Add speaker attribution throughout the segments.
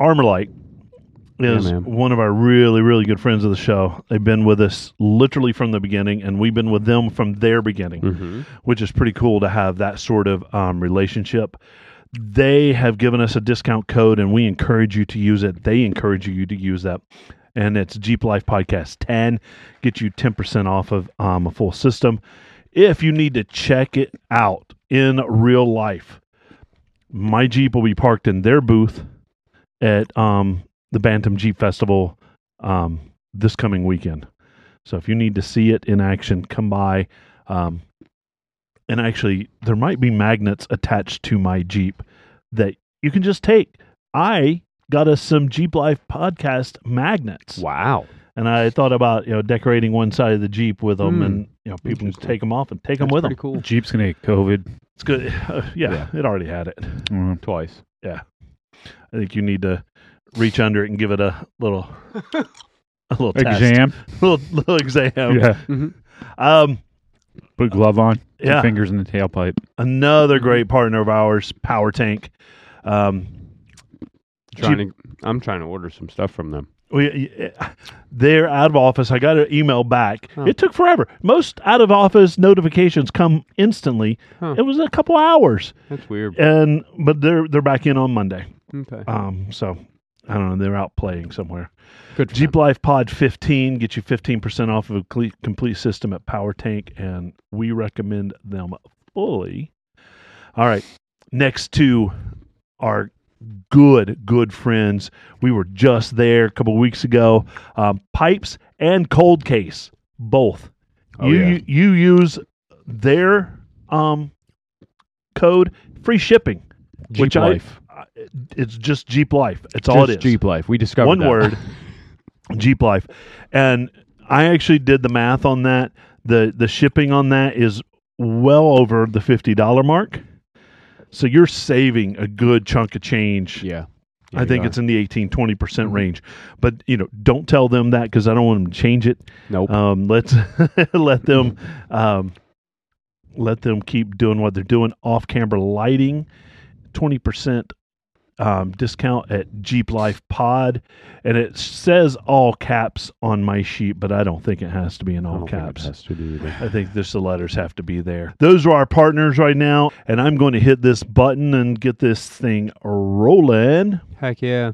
Speaker 1: Armorlight is
Speaker 2: man.
Speaker 1: one of our really, really good friends of the show. They've been with us literally from the beginning, and we've been with them from their beginning, which is pretty cool to have that sort of um, relationship. They have given us a discount code, and we encourage you to use it. They encourage you to use that. And it's Jeep Life Podcast 10. Get you 10% off of um, a full system. If you need to check it out in real life, my Jeep will be parked in their booth at um, the Bantam Jeep Festival um, this coming weekend. So if you need to see it in action, come by. Um, and actually, there might be magnets attached to my Jeep that you can just take. I got us some Jeep Life podcast magnets,
Speaker 2: Wow.
Speaker 1: and I thought about you know decorating one side of the Jeep with them,
Speaker 2: Hmm.
Speaker 1: and you know people can
Speaker 2: Interesting.
Speaker 1: take them off and take them
Speaker 2: That's
Speaker 1: with
Speaker 2: pretty
Speaker 1: them.
Speaker 2: cool.
Speaker 3: Jeep's gonna get COVID.
Speaker 1: It's good. yeah, it already had it.
Speaker 3: Mm.
Speaker 2: Twice.
Speaker 1: I think you need to reach under it and give it a little, a little test. Oh.
Speaker 3: Exam.
Speaker 1: little, little exam.
Speaker 3: Yeah.
Speaker 1: Um,
Speaker 3: Put a glove on. Two
Speaker 1: yeah.
Speaker 3: fingers in the tailpipe.
Speaker 1: Another great partner of ours, Power Tank. Um,
Speaker 2: Trying to, I'm trying to order some stuff from them.
Speaker 1: we, they're out of office. I got an email back.
Speaker 2: Huh.
Speaker 1: It took forever. Most out of office notifications come instantly.
Speaker 2: Huh.
Speaker 1: It was a couple hours,
Speaker 2: That's weird.
Speaker 1: and but they're they're back in on Monday.
Speaker 2: Okay.
Speaker 1: Um, so I don't know. They're out playing somewhere.
Speaker 2: Good. for
Speaker 1: Jeep
Speaker 2: them.
Speaker 1: Life Pod 15 get you 15% off of a cle- complete system at Power Tank, and we recommend them fully. All right, next to our good, good friends. We were just there a couple weeks ago. Um, Pipes and Cold Case, both.
Speaker 2: Oh,
Speaker 1: you,
Speaker 2: yeah.
Speaker 1: you use their um, code, free shipping.
Speaker 2: Jeep
Speaker 1: which I-
Speaker 2: Life.
Speaker 1: Uh, It's just Jeep Life. It's all it
Speaker 2: Just
Speaker 1: is
Speaker 2: Jeep Life. We discovered
Speaker 1: one
Speaker 2: that.
Speaker 1: word jeep life and i actually did the math on that the the shipping on that is well over the $50 mark so you're saving a good chunk of change
Speaker 2: Yeah.
Speaker 1: i think it's in the 18 20% percent range but you know don't tell them that because i don't want them to change it
Speaker 2: nope.
Speaker 1: um, let's let them um, let them keep doing what they're doing. Off camera lighting, twenty percent um, discount at Jeep Life Pod, and it says all caps on my sheet, but I don't think it has to be in
Speaker 2: I
Speaker 1: all
Speaker 2: don't think it
Speaker 1: caps.
Speaker 2: has to do either.
Speaker 1: I think just the letters have to be there. Those are our partners right now, and I'm going to hit this button and get this thing rolling.
Speaker 2: Heck yeah.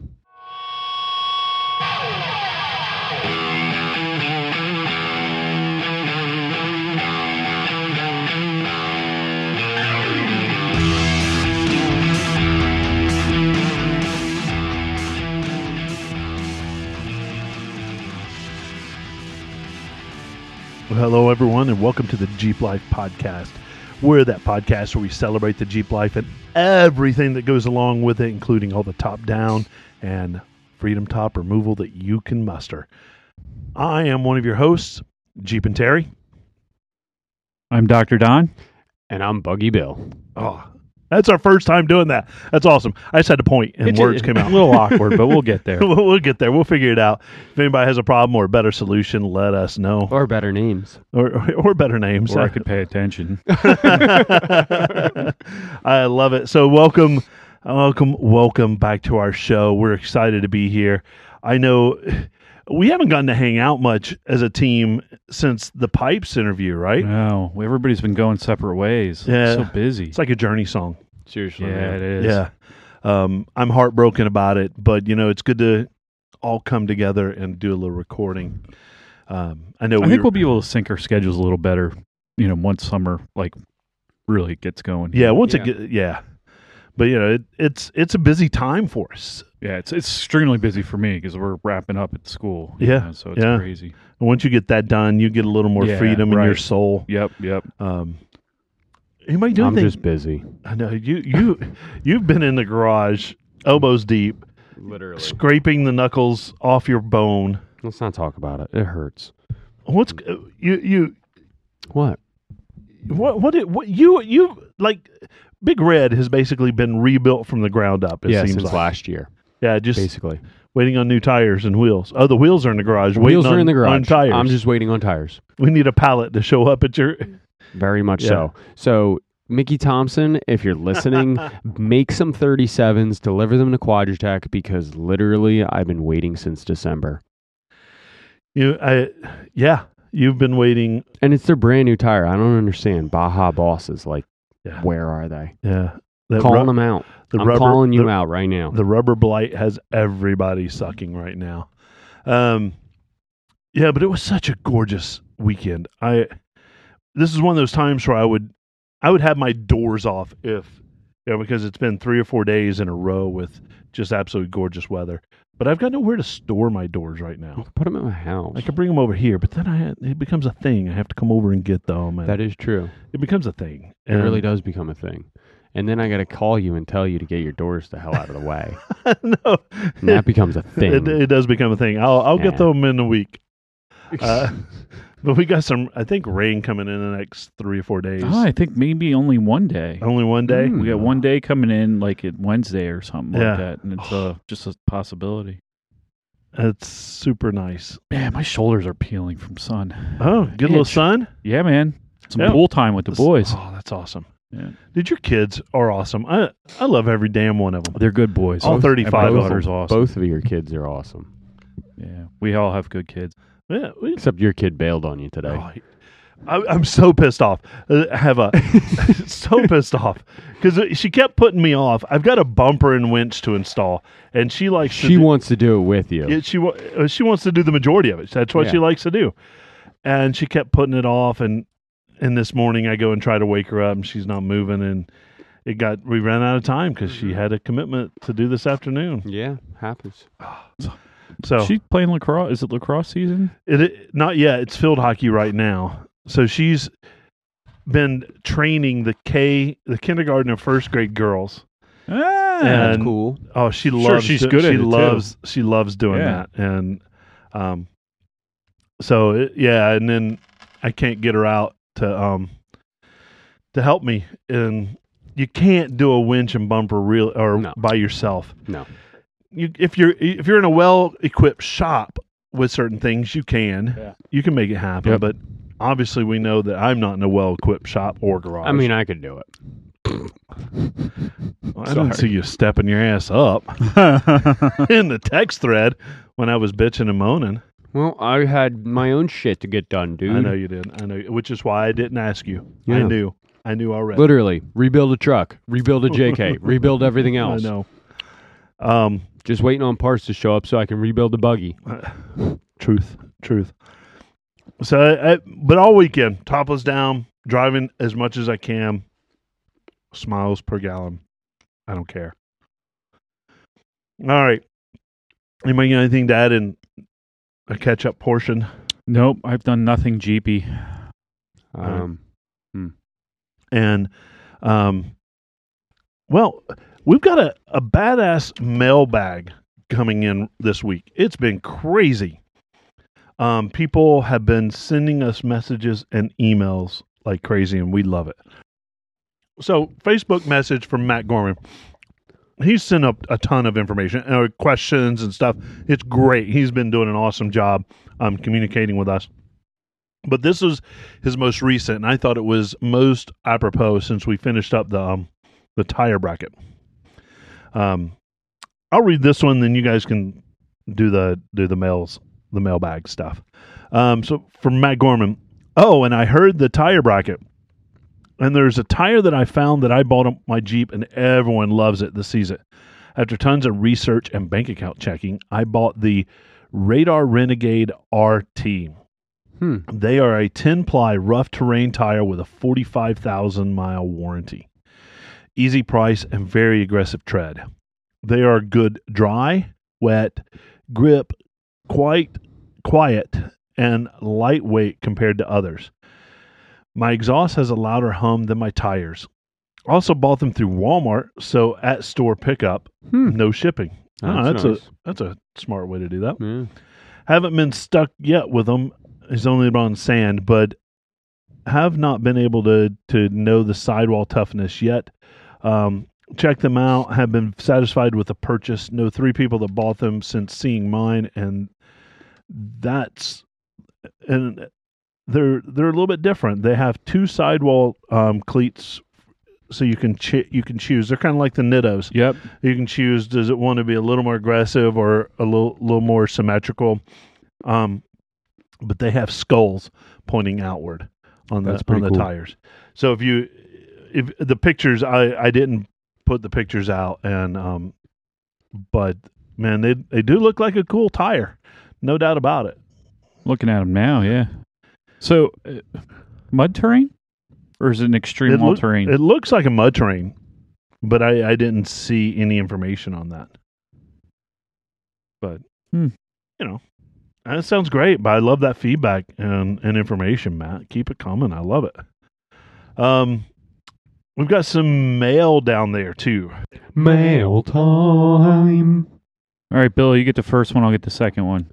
Speaker 1: Well, hello, everyone, and welcome to the Jeep Life Podcast. We're that podcast where we celebrate the Jeep life and everything that goes along with it, including all the top down and freedom top removal that you can muster. I am one of your hosts, Jeep and Terry.
Speaker 3: I'm Dr. Don.
Speaker 2: And I'm Buggy Bill.
Speaker 1: Oh, that's our first time doing that. That's awesome. I just had to point, and
Speaker 3: It's a-
Speaker 1: words came out.
Speaker 3: A little awkward, but we'll get there.
Speaker 1: we'll, we'll get there. We'll figure it out. If anybody has a problem or a better solution, let us know,
Speaker 2: Or better names.
Speaker 1: or or, or better names.
Speaker 3: Or I could pay attention.
Speaker 1: I love it. So welcome, welcome, welcome back to our show. We're excited to be here. I know we haven't gotten to hang out much as a team since the Pipes interview, right?
Speaker 3: No, everybody's been going separate ways.
Speaker 1: Yeah.
Speaker 3: So busy.
Speaker 1: It's like a journey song.
Speaker 2: Seriously.
Speaker 3: Yeah, it
Speaker 2: man.
Speaker 3: is.
Speaker 1: Yeah. Um, I'm heartbroken about it, but you know, it's good to all come together and do a little recording. Um, I know
Speaker 3: I think
Speaker 1: were-
Speaker 3: we'll be able to sync our schedules a little better, you know, once summer like really gets going.
Speaker 1: yeah, once
Speaker 2: Yeah.
Speaker 1: it get, yeah, but you know, it, it's, it's a busy time for us.
Speaker 3: Yeah, it's it's extremely busy for me because we're wrapping up at school. you
Speaker 1: Yeah,
Speaker 3: know, so it's
Speaker 1: yeah.
Speaker 3: crazy.
Speaker 1: And once you get that done, you get a little more
Speaker 3: Yeah,
Speaker 1: freedom in your
Speaker 3: right.
Speaker 1: soul.
Speaker 3: Yep, yep.
Speaker 1: Um, anybody do
Speaker 2: I'm
Speaker 1: anything?
Speaker 2: just busy.
Speaker 1: I know you you you've been in the garage, elbows deep,
Speaker 2: Literally.
Speaker 1: scraping the knuckles off your bone.
Speaker 2: Let's not talk about it. It hurts.
Speaker 1: What's uh, you you
Speaker 2: What?
Speaker 1: what what, it, what you you like? Big Red has basically been rebuilt from the ground up. It
Speaker 2: yeah,
Speaker 1: seems
Speaker 2: since
Speaker 1: like
Speaker 2: last year,
Speaker 1: yeah, just
Speaker 2: basically.
Speaker 1: waiting on new tires and wheels. Oh, the wheels are in the garage.
Speaker 2: Wheels
Speaker 1: waiting on,
Speaker 2: are in the garage.
Speaker 1: on tires.
Speaker 2: I'm just waiting on tires.
Speaker 1: we need a pallet to show up at your
Speaker 2: Very much
Speaker 1: Yeah.
Speaker 2: so. So Mickey Thompson, if you're listening, make some 37s, deliver them to Quadratech because literally I've been waiting since December.
Speaker 1: You, I, yeah, you've been waiting.
Speaker 2: And it's their brand new tire. I don't understand. Baja bosses, like,
Speaker 1: Yeah.
Speaker 2: where are they?
Speaker 1: Yeah, that
Speaker 2: calling
Speaker 1: rub-
Speaker 2: them out.
Speaker 1: the
Speaker 2: I'm calling you
Speaker 1: the-
Speaker 2: out right now.
Speaker 1: The rubber blight has everybody sucking right now. Um, yeah, but it was such a gorgeous weekend. I this is one of those times where I would I would have my doors off if you know because it's been three or four days in a row with just absolutely gorgeous weather. But I've got nowhere to store my doors right now.
Speaker 2: Put them in my house.
Speaker 1: I could bring them over here, but then I it becomes a thing. I have to come over and get them. And
Speaker 2: that is true.
Speaker 1: it becomes a thing.
Speaker 2: It really does become a thing. And then I got to call you and tell you to get your doors the hell out of the way.
Speaker 1: no,
Speaker 2: and that becomes a thing.
Speaker 1: It, it does become a thing. I'll I'll get
Speaker 2: Yeah.
Speaker 1: them in a week. uh, But we got some, I think, rain coming in the next three or four days.
Speaker 3: Oh, I think maybe only one day.
Speaker 1: Only one day.
Speaker 2: Mm.
Speaker 3: We got one day coming in, like it Wednesday or something
Speaker 1: Hmm. Yeah.
Speaker 3: like that, and it's uh, just a possibility.
Speaker 1: It's super nice.
Speaker 3: Man, my shoulders are peeling from sun.
Speaker 1: Oh, good little
Speaker 3: Itch.
Speaker 1: sun.
Speaker 3: Yeah, man, some
Speaker 1: Yeah.
Speaker 3: pool time with the boys.
Speaker 1: Oh, that's awesome.
Speaker 3: Yeah.
Speaker 1: Dude, your kids are awesome. I I love every damn one of them.
Speaker 3: They're good boys.
Speaker 1: All
Speaker 3: And
Speaker 1: 35
Speaker 3: My
Speaker 1: of
Speaker 3: daughter's
Speaker 1: them.
Speaker 3: awesome.
Speaker 2: Both of your kids are awesome.
Speaker 3: Yeah, we all have good kids.
Speaker 1: Yeah, we-
Speaker 2: Except your kid bailed on you today.
Speaker 1: oh, I, I'm so pissed off. Uh, I have a so pissed off because she kept putting me off. I've got a bumper and winch to install, and she likes to
Speaker 2: she
Speaker 1: do-
Speaker 2: wants to do it with you.
Speaker 1: Yeah, she wa- uh, she wants to do the majority of it. That's what she
Speaker 2: Yeah.
Speaker 1: likes to do, and she kept putting it off. And and this morning I go and try to wake her up, and she's not moving. And it got we ran out of time because she had a commitment to do this afternoon.
Speaker 2: yeah, happens.
Speaker 1: So
Speaker 3: She's playing lacrosse. Is it lacrosse season?
Speaker 1: it, it not yet. It's field hockey right now. So she's been training the K the kindergarten and first grade girls.
Speaker 3: Ah,
Speaker 1: Yeah.
Speaker 2: That's
Speaker 1: And-
Speaker 2: cool.
Speaker 1: Oh, she
Speaker 3: Sure,
Speaker 1: loves.
Speaker 3: she's
Speaker 1: do-
Speaker 3: good at
Speaker 1: She
Speaker 3: it, too.
Speaker 1: loves. She loves doing
Speaker 3: Yeah.
Speaker 1: that, and um, so it, yeah, and then I can't get her out to um to help me, and you can't do a winch and bumper real or
Speaker 2: No.
Speaker 1: by yourself.
Speaker 2: No.
Speaker 1: You if you're if you're in a well equipped shop with certain things, you can
Speaker 3: Yeah.
Speaker 1: you can make it happen,
Speaker 3: Yep.
Speaker 1: but. Obviously, we know that I'm not in a well-equipped shop or garage.
Speaker 2: I mean, I could do it.
Speaker 1: I didn't
Speaker 2: sorry.
Speaker 1: see you stepping your ass up.
Speaker 3: Ah.
Speaker 1: in the text thread when I was bitching and moaning.
Speaker 2: Well, I had my own shit to get done, dude.
Speaker 1: I know you didn't. I know, which is why I didn't ask you. I
Speaker 2: Yeah.
Speaker 1: knew. I knew already.
Speaker 2: Literally, rebuild a truck, rebuild a JK, rebuild everything
Speaker 1: I
Speaker 2: else.
Speaker 1: know. Um,
Speaker 2: Just waiting on parts to show up so I can rebuild the buggy.
Speaker 1: truth, truth. So, I, I- but all weekend, topless down, driving as much as I can, smiles per gallon. I don't care. All right. Anybody got anything to add in a catch up portion?
Speaker 3: nope, I've done nothing jeepy.
Speaker 1: Alright.
Speaker 2: Um,
Speaker 1: and um, well, we've got a, a badass mailbag coming in this week. It's been crazy. Um, people have been sending us messages and emails like crazy, and we love it. So, Facebook message from Matt Gorman. He's sent up a ton of information and questions and stuff. It's great. He's been doing an awesome job um, communicating with us. But this is his most recent, and I thought it was most apropos since we finished up the um, the tire bracket. Um, I'll read this one, then you guys can do the do the mails the mailbag stuff. Um, so from Matt Gorman, oh, and I heard the tire bracket, and there's a tire that I found that I bought on my Jeep, and everyone loves it this season. After tons of research and bank account checking, I bought the Radar Renegade RT.
Speaker 2: hmm.
Speaker 1: They are a 10 ply rough terrain tire with a 45,000 mile warranty. Easy price and very aggressive tread. They are good dry, wet, grip, quite quiet, and lightweight compared to others. My exhaust has a louder hum than my tires. Also bought them through Walmart, so at store pickup,
Speaker 2: Hmm.
Speaker 1: no shipping. Ah, that's a-
Speaker 2: nice.
Speaker 1: That's a smart way to do that.
Speaker 2: Yeah.
Speaker 1: Haven't been stuck yet with them. He's only been on sand, but have not been able to to know the sidewall toughness yet. Um, check them out. Have been satisfied with the purchase. Know three people that bought them since seeing mine, and that's and they're they're a little bit different. They have two sidewall um, cleats so you can chi- you can choose. They're kind of like the nittos.
Speaker 3: Yep.
Speaker 1: You can choose. Does it want to be a little more aggressive or a little little more symmetrical? Um, but they have skulls pointing outward on the
Speaker 2: That's
Speaker 1: on
Speaker 2: pretty
Speaker 1: the
Speaker 2: cool.
Speaker 1: tires. So if you if the pictures, I I didn't put the pictures out, and um, but man, they they do look like a cool tire, no doubt about it.
Speaker 3: Looking at them now, yeah. So, uh, mud terrain, or is it an extreme
Speaker 1: It
Speaker 3: all
Speaker 1: look-
Speaker 3: terrain?
Speaker 1: It looks like a mud terrain, but I I didn't see any information on that. But
Speaker 3: Hmm.
Speaker 1: you know, that sounds great. But I love that feedback and and information, Matt. Keep it coming. I love it. Um, we've got some mail down there too.
Speaker 2: Mail time.
Speaker 3: all right, Bill, you get the first one. I'll get the second one.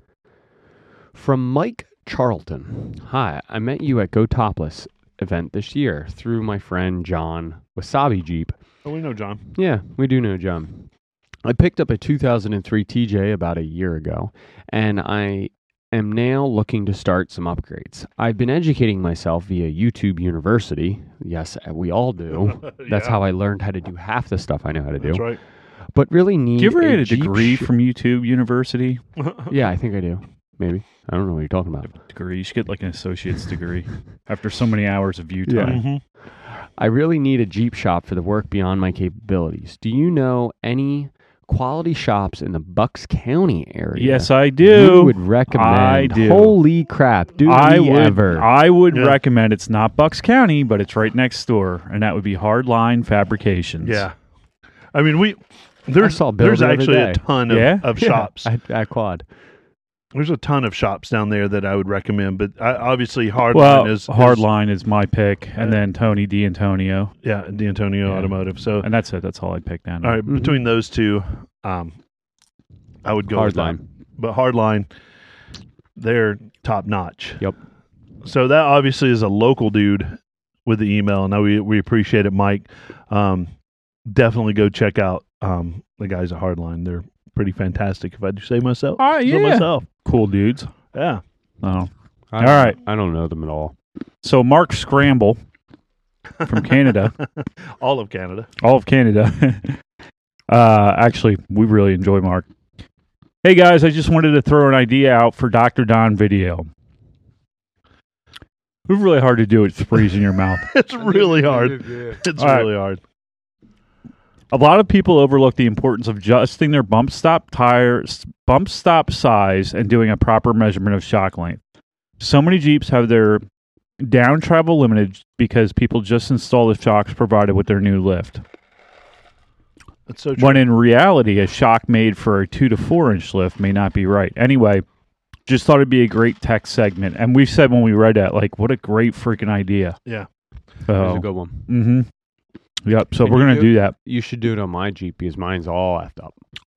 Speaker 2: From Mike Charlton. Hi, I met you at Go Topless event this year through my friend John Wasabi Jeep.
Speaker 1: Oh, we know John.
Speaker 2: Yeah, we do know John. I picked up a 2003 TJ about a year ago, and I am now looking to start some upgrades. I've been educating myself via YouTube University. Yes, we all do. That's how I learned how to do half the stuff I know how to do.
Speaker 1: That's right.
Speaker 2: But really need
Speaker 3: Do you ever
Speaker 2: a
Speaker 3: get a
Speaker 2: Jeep
Speaker 3: degree
Speaker 2: sh-
Speaker 3: from YouTube University?
Speaker 2: Yeah, I think I do. Maybe. I don't know what you're talking about.
Speaker 3: Degree. You should get like an associate's degree after so many hours of view
Speaker 2: Yeah.
Speaker 3: time.
Speaker 1: Mhm.
Speaker 2: I really need a Jeep shop for the work beyond my capabilities. Do you know any quality shops in the Bucks County area?
Speaker 3: Yes, I
Speaker 2: You
Speaker 3: do.
Speaker 2: would recommend.
Speaker 3: I do.
Speaker 2: Holy crap! Do
Speaker 3: I
Speaker 2: we
Speaker 3: would.
Speaker 2: ever?
Speaker 3: I would
Speaker 1: Yeah.
Speaker 3: recommend. It's not Bucks County, but it's right next door, and that would be Hardline Fabrications.
Speaker 1: Yeah. I mean, we there's
Speaker 2: saw Bill
Speaker 1: there's
Speaker 2: the other
Speaker 1: actually a
Speaker 2: day.
Speaker 1: ton of,
Speaker 3: Yeah?
Speaker 1: of
Speaker 2: Yeah,
Speaker 1: shops.
Speaker 2: at, at Quad.
Speaker 1: There's a ton of shops down there that I would recommend, but I, obviously Hardline
Speaker 3: Well,
Speaker 1: is is-
Speaker 3: Hardline is my pick, and then Tony D'Antonio,
Speaker 1: yeah, D'Antonio
Speaker 3: Yeah.
Speaker 1: Automotive. So,
Speaker 3: and mm-hmm. that's it. That's all I'd pick down.
Speaker 1: all right,
Speaker 2: Mhm.
Speaker 1: between those two, um, I would go with that.
Speaker 2: Hardline.
Speaker 1: But Hardline, they're top notch.
Speaker 2: Yep.
Speaker 1: So that obviously is a local dude with the email, and I- we we appreciate it, Mike. Um, definitely go check out um, the guys at Hardline. They're pretty fantastic. If I do say myself,
Speaker 3: Ah,
Speaker 1: so
Speaker 3: yeah.
Speaker 1: myself.
Speaker 3: Cool dudes.
Speaker 1: Yeah.
Speaker 3: Oh.
Speaker 2: I
Speaker 3: All
Speaker 2: don't-
Speaker 3: right.
Speaker 2: I don't know them at all.
Speaker 3: So Mark Scramble from Canada,
Speaker 1: All of Canada.
Speaker 3: all of Canada. uh, actually, we really enjoy Mark. Hey guys, I just wanted to throw an idea out for Dr. Don video. It's really hard to do it with threes in your mouth.
Speaker 1: It's really hard. It's
Speaker 3: All right.
Speaker 1: really hard.
Speaker 3: A lot of people overlook the importance of adjusting their bump stop tire bump stop size and doing a proper measurement of shock length. So many Jeeps have their down travel limited because people just install the shocks provided with their new lift.
Speaker 1: It's so true.
Speaker 3: When in reality, a shock made for a two to four inch lift may not be right. Anyway, just thought it'd be a great tech segment, and we said when we read that, like, what a great freaking idea.
Speaker 1: Yeah.
Speaker 2: There's
Speaker 3: So,
Speaker 2: a good one.
Speaker 3: mm-hmm. Yep. So
Speaker 2: Can
Speaker 3: we're
Speaker 2: you
Speaker 3: gonna
Speaker 2: do-
Speaker 3: do that.
Speaker 2: You should do it on my Jeep because mine's all effed up.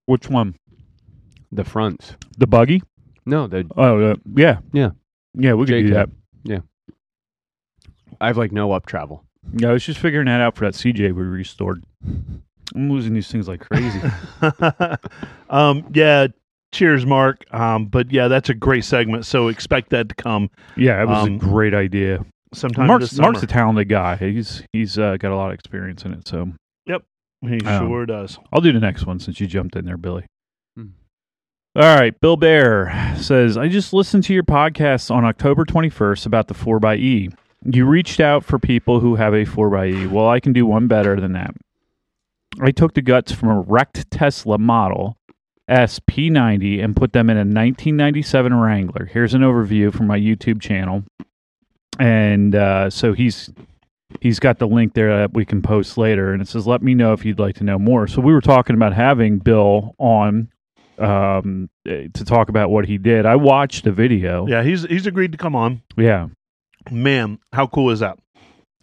Speaker 3: Which one?
Speaker 2: The fronts.
Speaker 3: The buggy?
Speaker 2: No, the
Speaker 3: Oh, uh, yeah.
Speaker 2: Yeah.
Speaker 3: Yeah, we could do
Speaker 2: JK.
Speaker 3: that.
Speaker 2: I have like no up travel.
Speaker 3: Yeah, I was just figuring that out for that CJ we restored. I'm losing these things like crazy.
Speaker 1: um, yeah. Cheers, Mark. Um, but yeah, that's a great segment. So expect that to come
Speaker 3: yeah, it was
Speaker 1: Um,
Speaker 3: a great idea.
Speaker 1: sometime this
Speaker 3: Mark's,
Speaker 1: summer.
Speaker 3: Mark's a talented guy. He's he's uh, got a lot of experience in it. So
Speaker 1: he
Speaker 3: um,
Speaker 1: sure does.
Speaker 3: I'll do the next one since you jumped in there, Billy.
Speaker 2: Hmm.
Speaker 3: All right, Bill Bear says, I just listened to your podcast on October 21st about the E. 4xE. You reached out for people who have a 4xE. Well, I can do one better than that. I took the guts from a wrecked Tesla model SP90 and put them in a 1997 Wrangler. Here's an overview from my YouTube channel. And uh, so he's he's got the link there that we can post later and it says let me know if you'd like to know more so we were talking about having bill on um eh, to talk about what he did i watched the video
Speaker 1: Yeah, he's he's agreed to come on.
Speaker 3: yeah
Speaker 1: Man, how cool is that?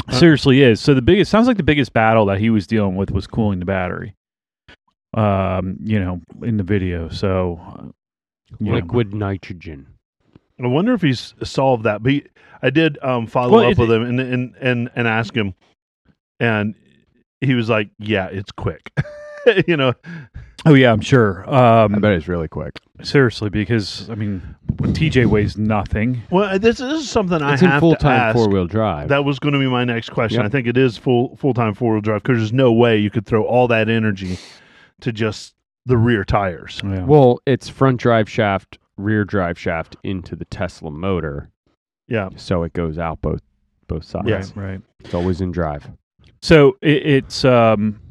Speaker 1: Uh,
Speaker 3: seriously is so the biggest sounds like the biggest battle that he was dealing with was cooling the battery um you know in the video so uh, yeah.
Speaker 2: Liquid nitrogen.
Speaker 1: I wonder if he's solved that. But he- I did um, follow
Speaker 3: Well,
Speaker 1: up
Speaker 3: it-
Speaker 1: with him and, and and and ask him, and he was like, "Yeah, it's quick." you know,
Speaker 3: Oh yeah, I'm sure.
Speaker 2: I
Speaker 3: Um,
Speaker 2: bet it's really quick.
Speaker 3: seriously, because I mean, TJ weighs nothing.
Speaker 1: Well, this is something
Speaker 2: It's
Speaker 1: I
Speaker 2: in
Speaker 1: have
Speaker 2: full
Speaker 1: to
Speaker 2: time
Speaker 1: ask.
Speaker 2: four wheel drive.
Speaker 1: That was going to be my next question.
Speaker 2: Yep.
Speaker 1: I think it is full full time four wheel drive because there's no way you could throw all that energy to just the rear tires.
Speaker 3: Yeah.
Speaker 2: well, it's front drive shaft, rear drive shaft into the Tesla motor,
Speaker 1: Yeah,
Speaker 2: so it goes out both both sides.
Speaker 1: Yeah.
Speaker 3: right, right.
Speaker 2: It's always in drive.
Speaker 3: So it, it's. Um,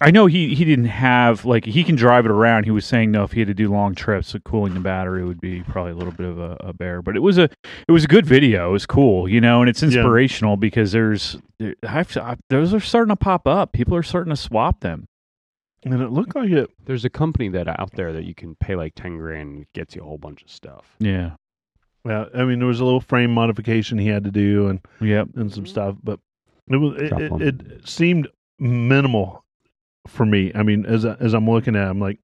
Speaker 3: I know he he didn't have like he can drive it around. He was saying though if he had to do long trips, so cooling the battery would be probably a little bit of a, a bear. But it was a it was a good video. It was cool, you know, and it's inspirational because there's there- I've, I, those are starting to pop up. People are starting to swap them.
Speaker 1: and it looked like it.
Speaker 2: There's a company that out there that you can pay like ten grand and gets you a whole bunch of stuff.
Speaker 3: Yeah.
Speaker 1: Yeah, I mean there was a little frame modification he had to do and
Speaker 3: Yep.
Speaker 1: and some stuff, but it was it,
Speaker 2: Drop
Speaker 1: it,
Speaker 2: one.
Speaker 1: it seemed minimal for me. I mean, as I- as I'm looking at, it, I'm like,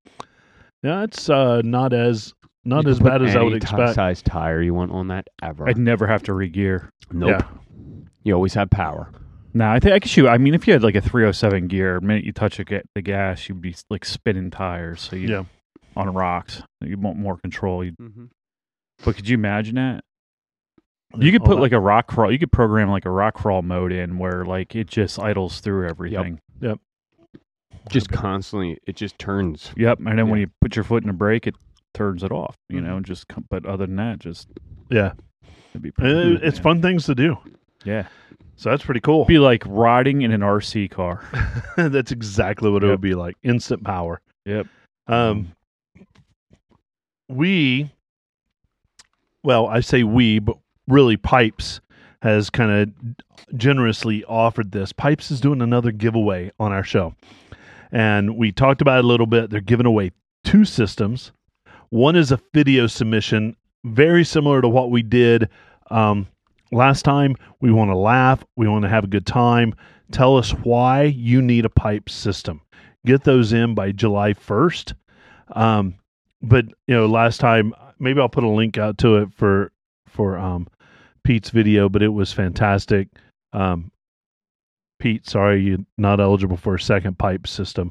Speaker 1: yeah, it's uh, not as not
Speaker 2: You
Speaker 1: as
Speaker 2: can put
Speaker 1: bad as I
Speaker 2: any
Speaker 1: would
Speaker 2: ti-
Speaker 1: expect.
Speaker 2: size tire you want on that ever.
Speaker 3: I'd never have to regear.
Speaker 2: nope. You always have power.
Speaker 3: No, I think I could shoot. I mean, if you had like a 307 gear, the minute you touch a, ga- the gas, you'd be like spinning tires. So you
Speaker 1: Yeah.
Speaker 3: on rocks, you want more control. You, but could you imagine that? You could
Speaker 1: All
Speaker 3: put
Speaker 1: that-
Speaker 3: like a rock crawl. You could program like a rock crawl mode in where like it just idles through everything.
Speaker 2: Just constantly, it just turns.
Speaker 3: Yep. And then when
Speaker 2: Yeah.
Speaker 3: you put your foot in a brake, it turns it off. You
Speaker 1: Mhm.
Speaker 3: know, just com- but other than that, just
Speaker 1: yeah,
Speaker 3: it'd be
Speaker 1: It- Uh, it's
Speaker 2: Mm-hmm.
Speaker 3: yeah.
Speaker 1: fun things to do.
Speaker 3: Yeah,
Speaker 1: So that's pretty cool.
Speaker 3: it'd be like riding in an RC car.
Speaker 1: That's exactly what it
Speaker 3: Yep.
Speaker 1: would be like. Instant power.
Speaker 3: Yep.
Speaker 1: Um we well, I say we, but really Pipes has kind of generously offered this. Pipes is doing another giveaway on our show. And we talked about it a little bit. They're giving away two systems. One is a video submission, very similar to what we did um, last time. We want to laugh, we want to have a good time. Tell us why you need a pipe system. Get those in by July 1st. Um, but you know, last time maybe I'll put a link out to it for for um, Pete's video, but it was fantastic. Um, Pete, sorry you're not eligible for a second pipe system.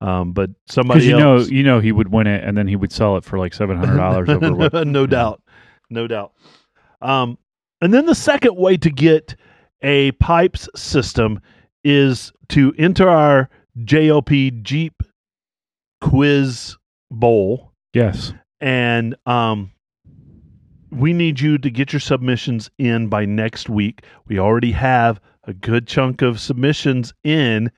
Speaker 1: Um, but somebody
Speaker 3: Because you know,
Speaker 1: else,
Speaker 3: you know, he would win it, and then he would sell it for like seven hundred dollars over. what-
Speaker 1: no doubt. No doubt. Um, and then the second way to get a pipes system is to enter our JLP Jeep quiz bowl.
Speaker 3: Yes.
Speaker 1: And um, we need you to get your submissions in by next week. We already have a good chunk of submissions in.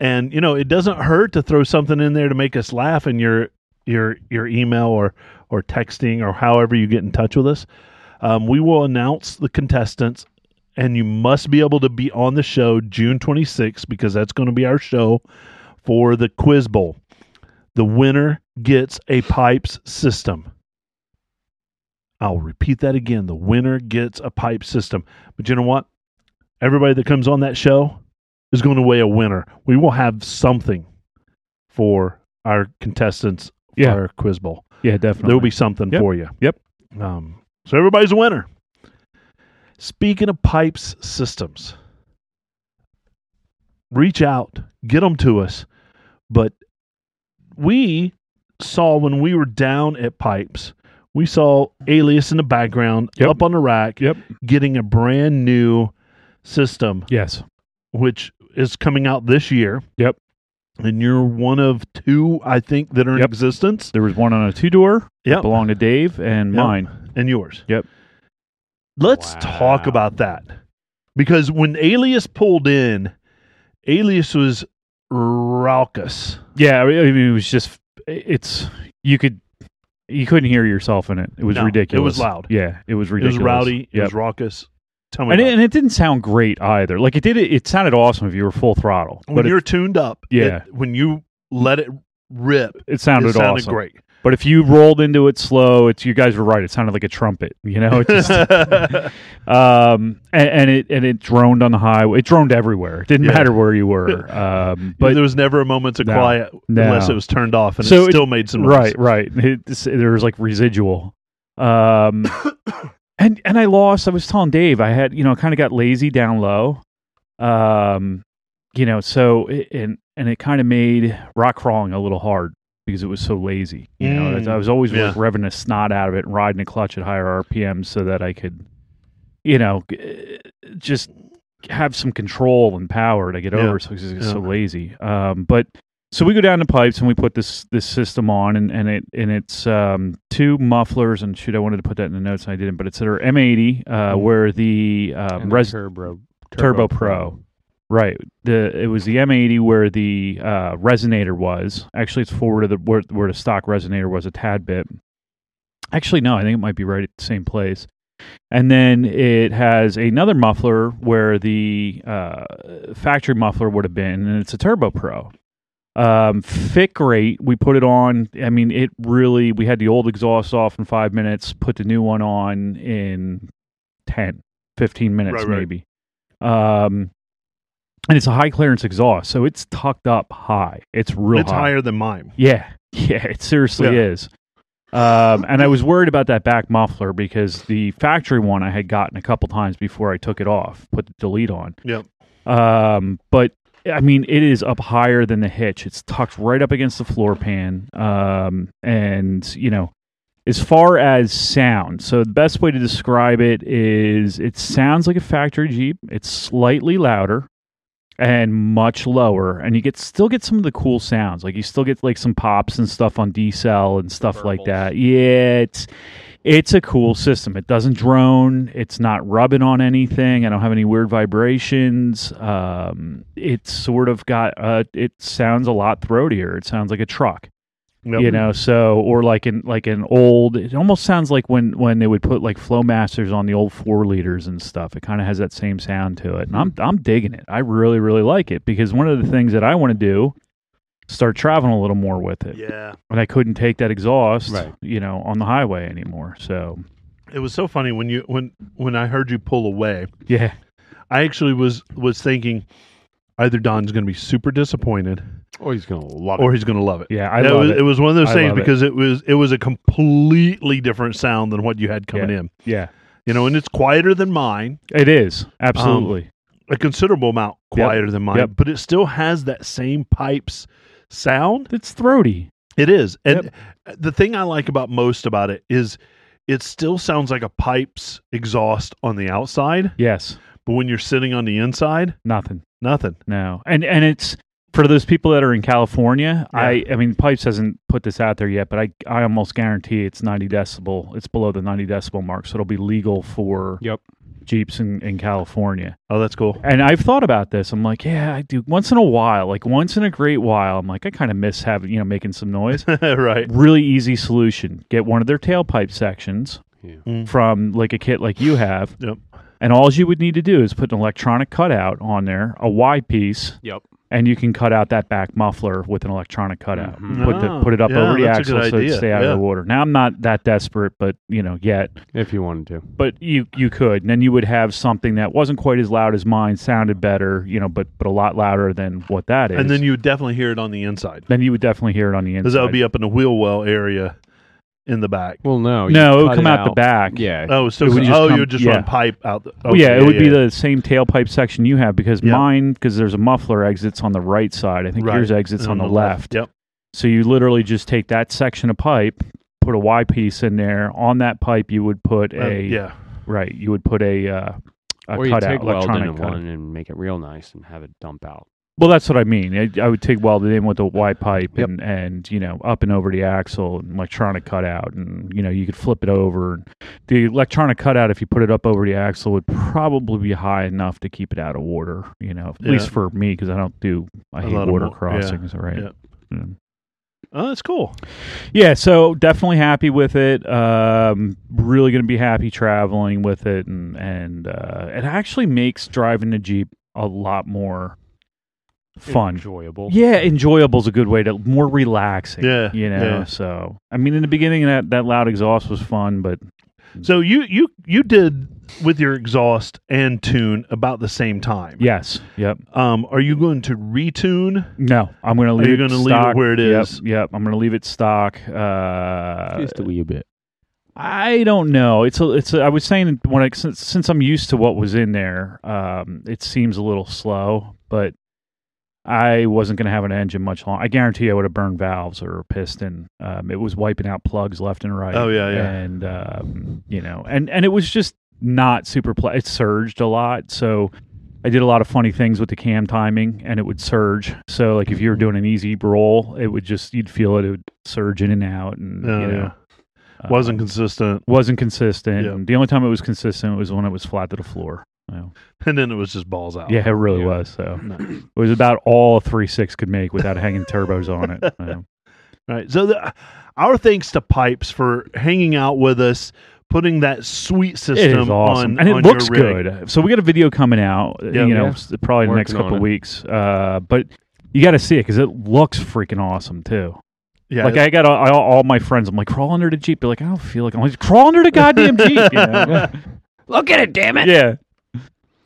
Speaker 1: And you know, it doesn't hurt to throw something in there to make us laugh in your your your email or or texting or however you get in touch with us. Um, we will announce the contestants, and you must be able to be on the show June 26th because that's going to be our show for the Quiz Bowl. The winner gets a pipes system. I'll repeat that again. The winner gets a pipe system. But you know what? Everybody that comes on that show is going to weigh a winner. We will have something for our contestants for
Speaker 3: Yeah.
Speaker 1: our Quiz Bowl
Speaker 3: Yeah, definitely.
Speaker 1: there will be something
Speaker 3: Yep.
Speaker 1: for you.
Speaker 3: Yep.
Speaker 1: Um, so everybody's a winner. Speaking of pipes systems, reach out, get them to us. But we saw when we were down at pipes, we saw Alias in the background
Speaker 3: Yep.
Speaker 1: up on the rack
Speaker 3: Yep.
Speaker 1: getting a brand new system
Speaker 3: Yes.
Speaker 1: which is coming out this year.
Speaker 3: Yep.
Speaker 1: And you're one of two, I think, that are in
Speaker 3: Yep.
Speaker 1: existence.
Speaker 3: There was one on a two door.
Speaker 1: Yep.
Speaker 3: Belonged to Dave and
Speaker 1: Yep.
Speaker 3: mine.
Speaker 1: and yours.
Speaker 3: Yep.
Speaker 1: Let's
Speaker 2: Wow.
Speaker 1: talk about that because when Alias pulled in, Alias was raucous.
Speaker 3: Yeah. I mean, it was just, it's, you could, you couldn't hear yourself in it. It was
Speaker 1: No, it
Speaker 3: ridiculous.
Speaker 1: was loud.
Speaker 3: Yeah. It was ridiculous.
Speaker 1: It was rowdy. It
Speaker 3: Yep.
Speaker 1: was raucous. Tell me,
Speaker 3: and, it,
Speaker 1: about it.
Speaker 3: and it didn't sound great either. Like it did, it, it sounded awesome if you were full throttle,
Speaker 1: when
Speaker 3: but it,
Speaker 1: you're tuned up,
Speaker 3: Yeah.
Speaker 1: it- when you let it rip,
Speaker 3: it sounded
Speaker 1: it sounded
Speaker 3: awesome.
Speaker 1: great.
Speaker 3: But if you rolled into it slow, it's, you guys were right. It sounded like a trumpet, you know, Oh, it just, um, and, and it, and it droned on the highway. It droned everywhere. It didn't
Speaker 1: Yeah.
Speaker 3: matter where you were. Um,
Speaker 1: but
Speaker 3: but
Speaker 1: there was never a moment of
Speaker 3: No,
Speaker 1: quiet
Speaker 3: no.
Speaker 1: unless it was turned off, and
Speaker 3: So
Speaker 1: it
Speaker 3: it-
Speaker 1: still made some noise.
Speaker 3: Right, right. It, this- there was like residual. Um, and and I lost. I was telling Dave I had you know kind of got lazy down low. Um, you know, so it, and and it kind of made rock crawling a little hard. because it was so lazy. You know,
Speaker 1: Mm.
Speaker 3: I was always
Speaker 1: Yeah.
Speaker 3: revving a snot out of it and riding a clutch at higher RPMs so that I could, you know, g- just have some control and power to get
Speaker 1: Yeah.
Speaker 3: over. So it's just so
Speaker 1: Yeah.
Speaker 3: lazy. Um, but so we go down to pipes and we put this this system on and, and it and it's um, two mufflers and shoot I wanted to put that in the notes and I didn't but it's our M80 uh, where the um,
Speaker 2: Mm-hmm. And the
Speaker 3: res-
Speaker 2: uh, turbo,
Speaker 3: Turbo Pro. Right. The it was the M80 where the uh, resonator was. Actually, it's forward of the where, where the stock resonator was a tad bit. Actually, no, I think it might be right at the same place. And then it has another muffler where the uh, factory muffler would have been, and it's a Turbo Pro. Um, thick rate, we put it on. I mean, it really, we had the old exhaust off in five minutes, put the new one on in 10, 15 minutes,
Speaker 1: Right, right.
Speaker 3: maybe. Um, and it's a high clearance exhaust, so it's tucked up high. It's real
Speaker 1: it's higher than mine.
Speaker 3: yeah, yeah, it seriously
Speaker 1: Yeah.
Speaker 3: is. Um, and I was worried about that back muffler because the factory one I had gotten a couple times before I took it off, put the delete on.
Speaker 1: Yep.
Speaker 3: Um, but I mean, it is up higher than the hitch. It's tucked right up against the floor pan. Um, and you know, as far as sound, so the best way to describe it is it sounds like a factory Jeep. It's slightly louder and much lower, and you get still get some of the cool sounds. Like you still get like some pops and stuff on D cell and stuff like
Speaker 2: Burbles.
Speaker 3: that. Yeah, it's it's a cool system. It doesn't drone. It's not rubbing on anything. I don't have any weird vibrations. Um, it's sort of got. Uh, it sounds a lot throatier. It sounds like a truck
Speaker 1: Yep.
Speaker 3: you know so or like an like an old it almost sounds like when when they would put like flow masters on the old four liters and stuff it kind of has that same sound to it and i'm i'm digging it i really really like it because one of the things that i want to do start traveling a little more with it
Speaker 1: Yeah.
Speaker 3: and i couldn't take that exhaust
Speaker 2: Right.
Speaker 3: you know on the highway anymore so
Speaker 1: It was so funny when you when when I heard you pull away.
Speaker 3: yeah
Speaker 1: I actually was was thinking either Don's going to be super disappointed
Speaker 2: Oh, he's gonna love
Speaker 1: or he's going to love it.
Speaker 3: yeah i
Speaker 1: That
Speaker 3: love
Speaker 1: was,
Speaker 3: it.
Speaker 1: was one of those
Speaker 3: I
Speaker 1: things
Speaker 3: love it.
Speaker 1: because it. was it was a completely different sound than what you had coming in.
Speaker 3: yeah
Speaker 1: You know, and it's quieter than mine,
Speaker 3: it is absolutely
Speaker 1: a considerable amount
Speaker 3: Yep.
Speaker 1: quieter than mine,
Speaker 3: Yep.
Speaker 1: but it still has that same pipes sound.
Speaker 3: it's throaty
Speaker 1: It is. And the thing I like about most about it is it still sounds like a pipes exhaust on the outside,
Speaker 3: yes
Speaker 1: but when you're sitting on the inside,
Speaker 3: nothing
Speaker 1: nothing.
Speaker 3: No, and and it's for those people that are in California. I I mean, Pipes hasn't put this out there yet, but I I almost guarantee it's ninety decibel. It's below the ninety decibel mark, so it'll be legal for
Speaker 2: Yep.
Speaker 3: Jeeps in, in California.
Speaker 1: Oh, that's cool.
Speaker 3: And I've thought about this. I'm like, yeah, I do. Once in a while, like once in a great while, I'm like, I kind of miss having you know making some noise.
Speaker 1: right.
Speaker 3: really easy solution: get one of their tailpipe sections.
Speaker 2: Yeah.
Speaker 1: Mm.
Speaker 3: From like a kit like you have,
Speaker 1: Yep.
Speaker 3: and all you would need to do is put an electronic cutout on there, a Y piece,
Speaker 2: Yep.
Speaker 3: and you can cut out that back muffler with an electronic cutout.
Speaker 2: Mhm.
Speaker 3: Put the,
Speaker 1: Ah,
Speaker 3: put it up
Speaker 1: yeah,
Speaker 3: over the
Speaker 1: that's a
Speaker 3: axle
Speaker 1: good
Speaker 3: so it
Speaker 1: idea.
Speaker 3: stay out
Speaker 1: Yeah.
Speaker 3: of the water. Now I'm not that desperate, but you know yet,
Speaker 2: If you wanted to.
Speaker 3: but you you could, and then you would have something that wasn't quite as loud as mine, sounded better, you know, but but a lot louder than what that is.
Speaker 1: And then you would definitely hear it on the inside
Speaker 3: then you would definitely hear it on the inside.
Speaker 1: because that would be up in the wheel well area in the back.
Speaker 2: Well, no. you
Speaker 3: no, it would
Speaker 2: cut
Speaker 3: come out, the back.
Speaker 2: Yeah.
Speaker 1: Oh, so
Speaker 3: It would just
Speaker 1: oh,
Speaker 3: come-
Speaker 1: you would just
Speaker 3: yeah.
Speaker 1: run pipe out. The,
Speaker 3: Oh, yeah, it would be the same tailpipe section you have because
Speaker 1: Yeah.
Speaker 3: mine, because there's a muffler exits on the right side. I think
Speaker 1: Right.
Speaker 3: yours exits on the left.
Speaker 1: Yep.
Speaker 3: So you literally just take that section of pipe, put a Y piece in there. On that pipe, you would put
Speaker 1: Uh,
Speaker 3: a
Speaker 1: yeah.
Speaker 3: right. You would put a, uh, a
Speaker 2: or you
Speaker 3: cutout,
Speaker 2: take weld
Speaker 3: electronic
Speaker 2: in
Speaker 3: cutout.
Speaker 2: one and make it real nice and have it dump out.
Speaker 3: Well, that's what I mean. I, I would take welded in with a Y pipe
Speaker 2: Yep.
Speaker 3: and and you know up and over the axle and electronic cutout, and you know you could flip it over. The electronic cutout, if you put it up over the axle, would probably be high enough to keep it out of water. You know, at
Speaker 1: Yeah.
Speaker 3: least for me because I don't do I
Speaker 1: A
Speaker 3: hate
Speaker 1: lot of
Speaker 3: water
Speaker 1: wa- yeah,
Speaker 3: crossings, right?
Speaker 1: yeah.
Speaker 3: Yeah.
Speaker 1: Oh, that's cool.
Speaker 3: Yeah, so definitely happy with it. Um, really going to be happy traveling with it, and and uh, it actually makes driving the Jeep a lot more fun.
Speaker 2: Enjoyable.
Speaker 3: Yeah, enjoyable is a good way to more relaxing.
Speaker 1: Yeah,
Speaker 3: you know.
Speaker 1: yeah.
Speaker 3: So I mean, in the beginning, that that loud exhaust was fun, but
Speaker 1: So you you you did with your exhaust and tune about the same time.
Speaker 3: yes, yep.
Speaker 1: Um, are you going to retune?
Speaker 3: No, I'm going to leave.
Speaker 1: you
Speaker 3: it
Speaker 1: gonna leave it
Speaker 3: stock.
Speaker 1: where it
Speaker 3: Yep,
Speaker 1: is?
Speaker 3: Yep, I'm going to leave it stock. Uh,
Speaker 2: Just a wee bit.
Speaker 3: I don't know. It's a, it's. A, I was saying when I, since, since I'm used to what was in there, um, it seems a little slow. But I wasn't going to have an engine much longer. I guarantee I would have burned valves or piston. Um, it was wiping out plugs left and right.
Speaker 1: Oh, yeah, yeah.
Speaker 3: And um, you know, and and it was just not super. Pl- it surged a lot, so I did a lot of funny things with the cam timing, and it would surge. So like if you were doing an easy roll, it would just you'd feel it. It would surge in and out, and
Speaker 1: Yeah,
Speaker 3: you know,
Speaker 1: Oh, yeah.
Speaker 3: uh,
Speaker 1: Wasn't consistent,
Speaker 3: wasn't consistent.
Speaker 1: Yeah.
Speaker 3: The only time it was consistent was when it was flat to the floor. Well,
Speaker 1: and then it was just balls out.
Speaker 3: yeah, it really was. So it was about all three six could make without hanging turbos on it. Yeah.
Speaker 1: Right. So the, our thanks to Pipes for hanging out with us, putting that sweet
Speaker 3: It
Speaker 1: system
Speaker 3: is awesome,
Speaker 1: on
Speaker 3: and it
Speaker 1: on your
Speaker 3: looks
Speaker 1: rig.
Speaker 3: good. So we got a video coming out. uh,
Speaker 1: Yeah.
Speaker 3: you know,
Speaker 2: Yeah.
Speaker 3: s- probably the next
Speaker 2: Working on
Speaker 3: couple
Speaker 2: it.
Speaker 3: weeks. Uh, but you got to see it because it looks freaking awesome too.
Speaker 1: Yeah.
Speaker 3: like I got all, all, all my friends. I'm like, crawl under the jeep. They're like, I don't feel like. I'm like, crawl under the goddamn jeep. You know?
Speaker 2: Look at it, damn
Speaker 3: yeah.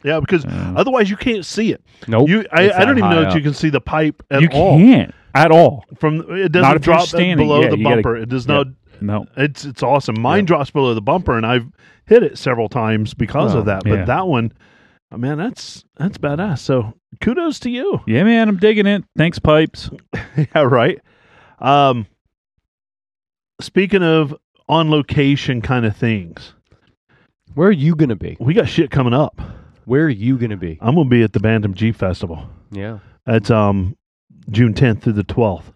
Speaker 1: yeah, because
Speaker 3: Uh,
Speaker 1: otherwise you can't see it.
Speaker 3: Oh,
Speaker 2: Nope.
Speaker 1: you, I,
Speaker 2: it's
Speaker 1: I don't
Speaker 2: that
Speaker 1: even know
Speaker 2: high
Speaker 1: that you can see the pipe at
Speaker 3: you
Speaker 1: all.
Speaker 3: can't at all.
Speaker 1: From it
Speaker 3: Not
Speaker 1: doesn't
Speaker 3: if you're
Speaker 1: drop
Speaker 3: standing.
Speaker 1: below
Speaker 3: Yeah,
Speaker 1: the
Speaker 3: you gotta-
Speaker 1: bumper. it does not.
Speaker 3: No.
Speaker 1: It's it's awesome. Mine
Speaker 3: Yeah.
Speaker 1: drops below the bumper, and I've hit it several times because
Speaker 2: Wow.
Speaker 1: of that. But
Speaker 3: Yeah.
Speaker 1: that one, oh, man, that's that's badass. So kudos to you.
Speaker 3: Yeah, man, I'm digging it. Thanks, pipes.
Speaker 1: yeah, right. Um, speaking of on location kind of things,
Speaker 2: Where are you gonna be?
Speaker 1: we got shit coming up.
Speaker 2: Where are you gonna be?
Speaker 1: I'm gonna be at the Bantam Jeep Festival.
Speaker 2: Yeah.
Speaker 1: That's um June 10th through the 12th.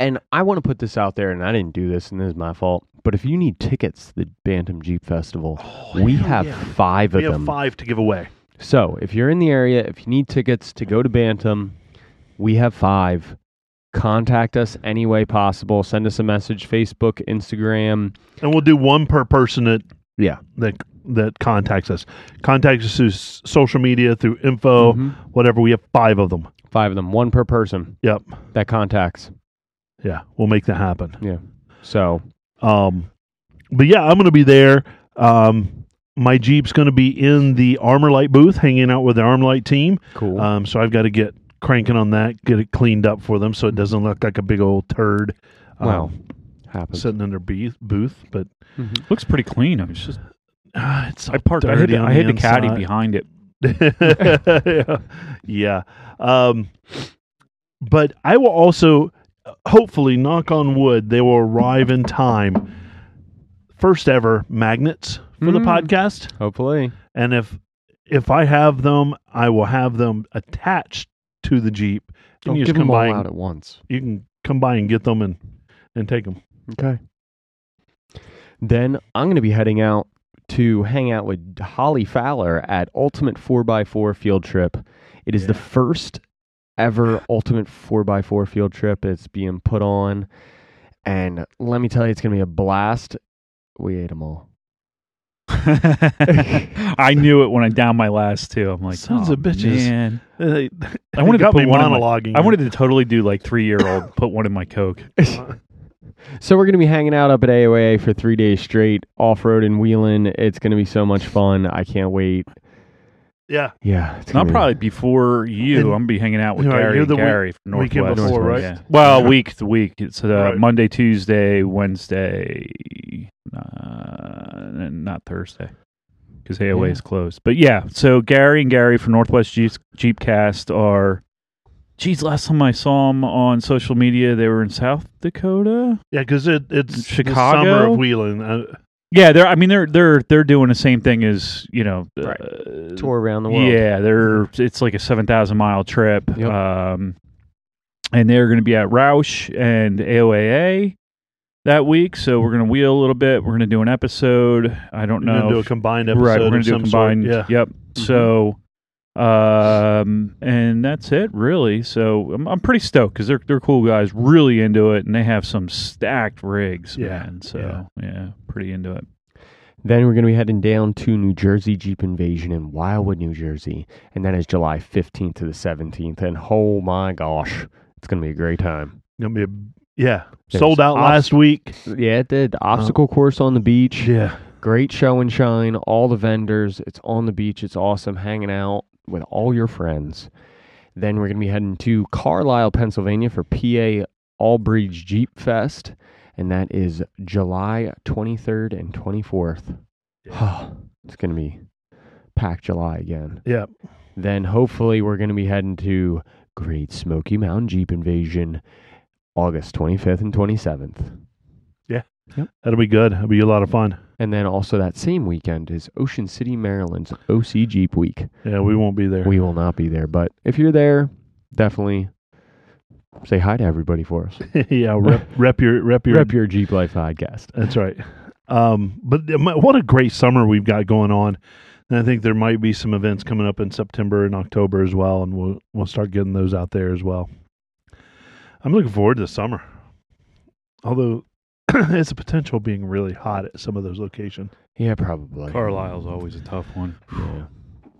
Speaker 2: And I want to put this out there, and I didn't do this, and this is my fault. But if you need tickets to the Bantam Jeep Festival, Oh, we
Speaker 1: Oh, hell
Speaker 2: have
Speaker 1: yeah.
Speaker 2: five of
Speaker 1: We have
Speaker 2: them.
Speaker 1: five to give away.
Speaker 2: So if you're in the area, if you need tickets to go to Bantam, we have five. Contact us any way possible. Send us a message, Facebook, Instagram.
Speaker 1: and we'll do one per person that
Speaker 2: Yeah.
Speaker 1: that that contacts us contacts us through s- social media through info
Speaker 2: Mhm.
Speaker 1: whatever we have five of them
Speaker 2: Five of them, one per person
Speaker 1: yep
Speaker 2: that contacts.
Speaker 1: yeah we'll make that happen
Speaker 2: Yeah. So
Speaker 1: um but yeah i'm gonna be there um my jeep's gonna be in the armor light booth hanging out with the armor light team
Speaker 2: cool.
Speaker 1: um so i've got to get cranking on that get it cleaned up for them so it doesn't look like a big old turd um,
Speaker 2: wow. Happens.
Speaker 1: sitting in their be- booth but Mm-hmm.
Speaker 2: Mhm.
Speaker 3: Looks pretty clean. I was just
Speaker 1: uh, it's so
Speaker 3: I parked. I hid,
Speaker 1: dirty
Speaker 3: the,
Speaker 1: on
Speaker 3: I hid the
Speaker 1: the
Speaker 3: caddy
Speaker 1: inside.
Speaker 3: behind it.
Speaker 1: yeah. yeah. Um, but I will also, hopefully, knock on wood, they will arrive in time. First ever magnets for the
Speaker 2: Mm.
Speaker 1: podcast,
Speaker 2: Hopefully.
Speaker 1: and if if I have them, I will have them attached to the jeep. And
Speaker 2: Don't
Speaker 1: you
Speaker 2: Oh, give
Speaker 1: just
Speaker 2: them
Speaker 1: come
Speaker 2: all
Speaker 1: by.
Speaker 2: out
Speaker 1: And,
Speaker 2: at once.
Speaker 1: you can come by and get them and and take them.
Speaker 2: Okay. Then I'm going to be heading out to hang out with Holly Fowler at Ultimate 4x4 Field Trip. It is the
Speaker 1: Yeah.
Speaker 2: first ever Ultimate 4x4 Field Trip. It's being put on. And let me tell you, it's going to be a blast. We ate them all.
Speaker 3: I knew it when I downed my last two. I'm like,
Speaker 1: Sons of
Speaker 3: "Aw,
Speaker 1: bitches."
Speaker 3: man."
Speaker 1: I
Speaker 3: wanted to
Speaker 1: got
Speaker 3: put
Speaker 1: me
Speaker 3: one in my-
Speaker 1: monologuing.
Speaker 3: I wanted to totally do like three year old. Put one in my coke.
Speaker 2: So we're going to be hanging out up at AOA for three days straight, off road and wheeling. It's going to be so much fun. I can't wait.
Speaker 1: yeah.
Speaker 2: Yeah, it's
Speaker 3: And
Speaker 2: gonna
Speaker 3: I'll
Speaker 2: be-
Speaker 3: probably before you.
Speaker 1: And-
Speaker 3: I'm gonna be hanging out with
Speaker 1: Right,
Speaker 3: Gary.
Speaker 1: you're
Speaker 3: and
Speaker 1: the week-
Speaker 3: Gary from Northwest.
Speaker 1: weekend before,
Speaker 2: right?
Speaker 3: Yeah. Well,
Speaker 1: Yeah.
Speaker 3: week to week. It's uh,
Speaker 1: Right.
Speaker 3: Monday, Tuesday, Wednesday, uh, not Thursday because AOA
Speaker 2: Yeah.
Speaker 3: is closed. But yeah, so Gary and Gary from Northwest Jeep, Jeepcast are. Geez, last time I saw them on social media, they were in South Dakota.
Speaker 1: Yeah, because it, it's the summer
Speaker 3: Chicago?
Speaker 1: of wheeling. Uh,
Speaker 3: Yeah, they're. I mean, they're they're they're doing the same thing as you know.
Speaker 2: Right.
Speaker 3: uh,
Speaker 2: tour around the world.
Speaker 3: Yeah, they're it's like a seven thousand mile trip.
Speaker 2: Yep.
Speaker 3: Um, and they're going to be at Roush and AOAA that week. So we're going to wheel a little bit. We're going to do an episode. I don't
Speaker 1: We're gonna
Speaker 3: know.
Speaker 1: do a
Speaker 3: if-
Speaker 1: combined episode.
Speaker 3: right, we're
Speaker 1: going to
Speaker 3: do a combined.
Speaker 1: Yeah.
Speaker 3: Yep. So. Um and that's it really. So I'm, I'm pretty stoked because they're they're cool guys, really into it, and they have some stacked rigs,
Speaker 1: Yeah,
Speaker 3: man. So yeah, pretty into it.
Speaker 2: Then we're going to be heading down to New Jersey Jeep Invasion in Wildwood, New Jersey. And that is July 15th to the 17th. And oh my gosh, it's going to be a great time.
Speaker 1: Gonna be a, yeah.
Speaker 2: There's
Speaker 1: Sold out
Speaker 2: obs-
Speaker 1: last week.
Speaker 2: Yeah, it did. Obstacle course on the beach.
Speaker 1: Yeah.
Speaker 2: Great show and shine. All the vendors. It's on the beach. It's awesome. Hanging out with all your friends. Then we're going to be heading to Carlisle, Pennsylvania for PA Allbridge Jeep Fest. And that is July 23rd and 24th. it's going to be packed July again.
Speaker 1: Yeah.
Speaker 2: Then hopefully we're going to be heading to Great Smoky Mountain Jeep Invasion, August 25th and 27th.
Speaker 1: That'll be good. That'll be a lot of fun.
Speaker 2: And then also that same weekend is Ocean City, Maryland's OC Jeep Week.
Speaker 1: Yeah, we won't be there.
Speaker 2: We will not be there, but if you're there, definitely say hi to everybody for us.
Speaker 1: yeah, rep, rep your rep your.
Speaker 2: Rep your Jeep Life podcast.
Speaker 1: That's right. Um, but it mi- what a great summer we've got going on. And I think there might be some events coming up in September and October as well, and we'll we'll start getting those out there as well. I'm looking forward to summer, although it's a potential of being really hot at some of those locations.
Speaker 2: Yeah, probably.
Speaker 3: Carlisle's always a tough one.
Speaker 2: Yeah.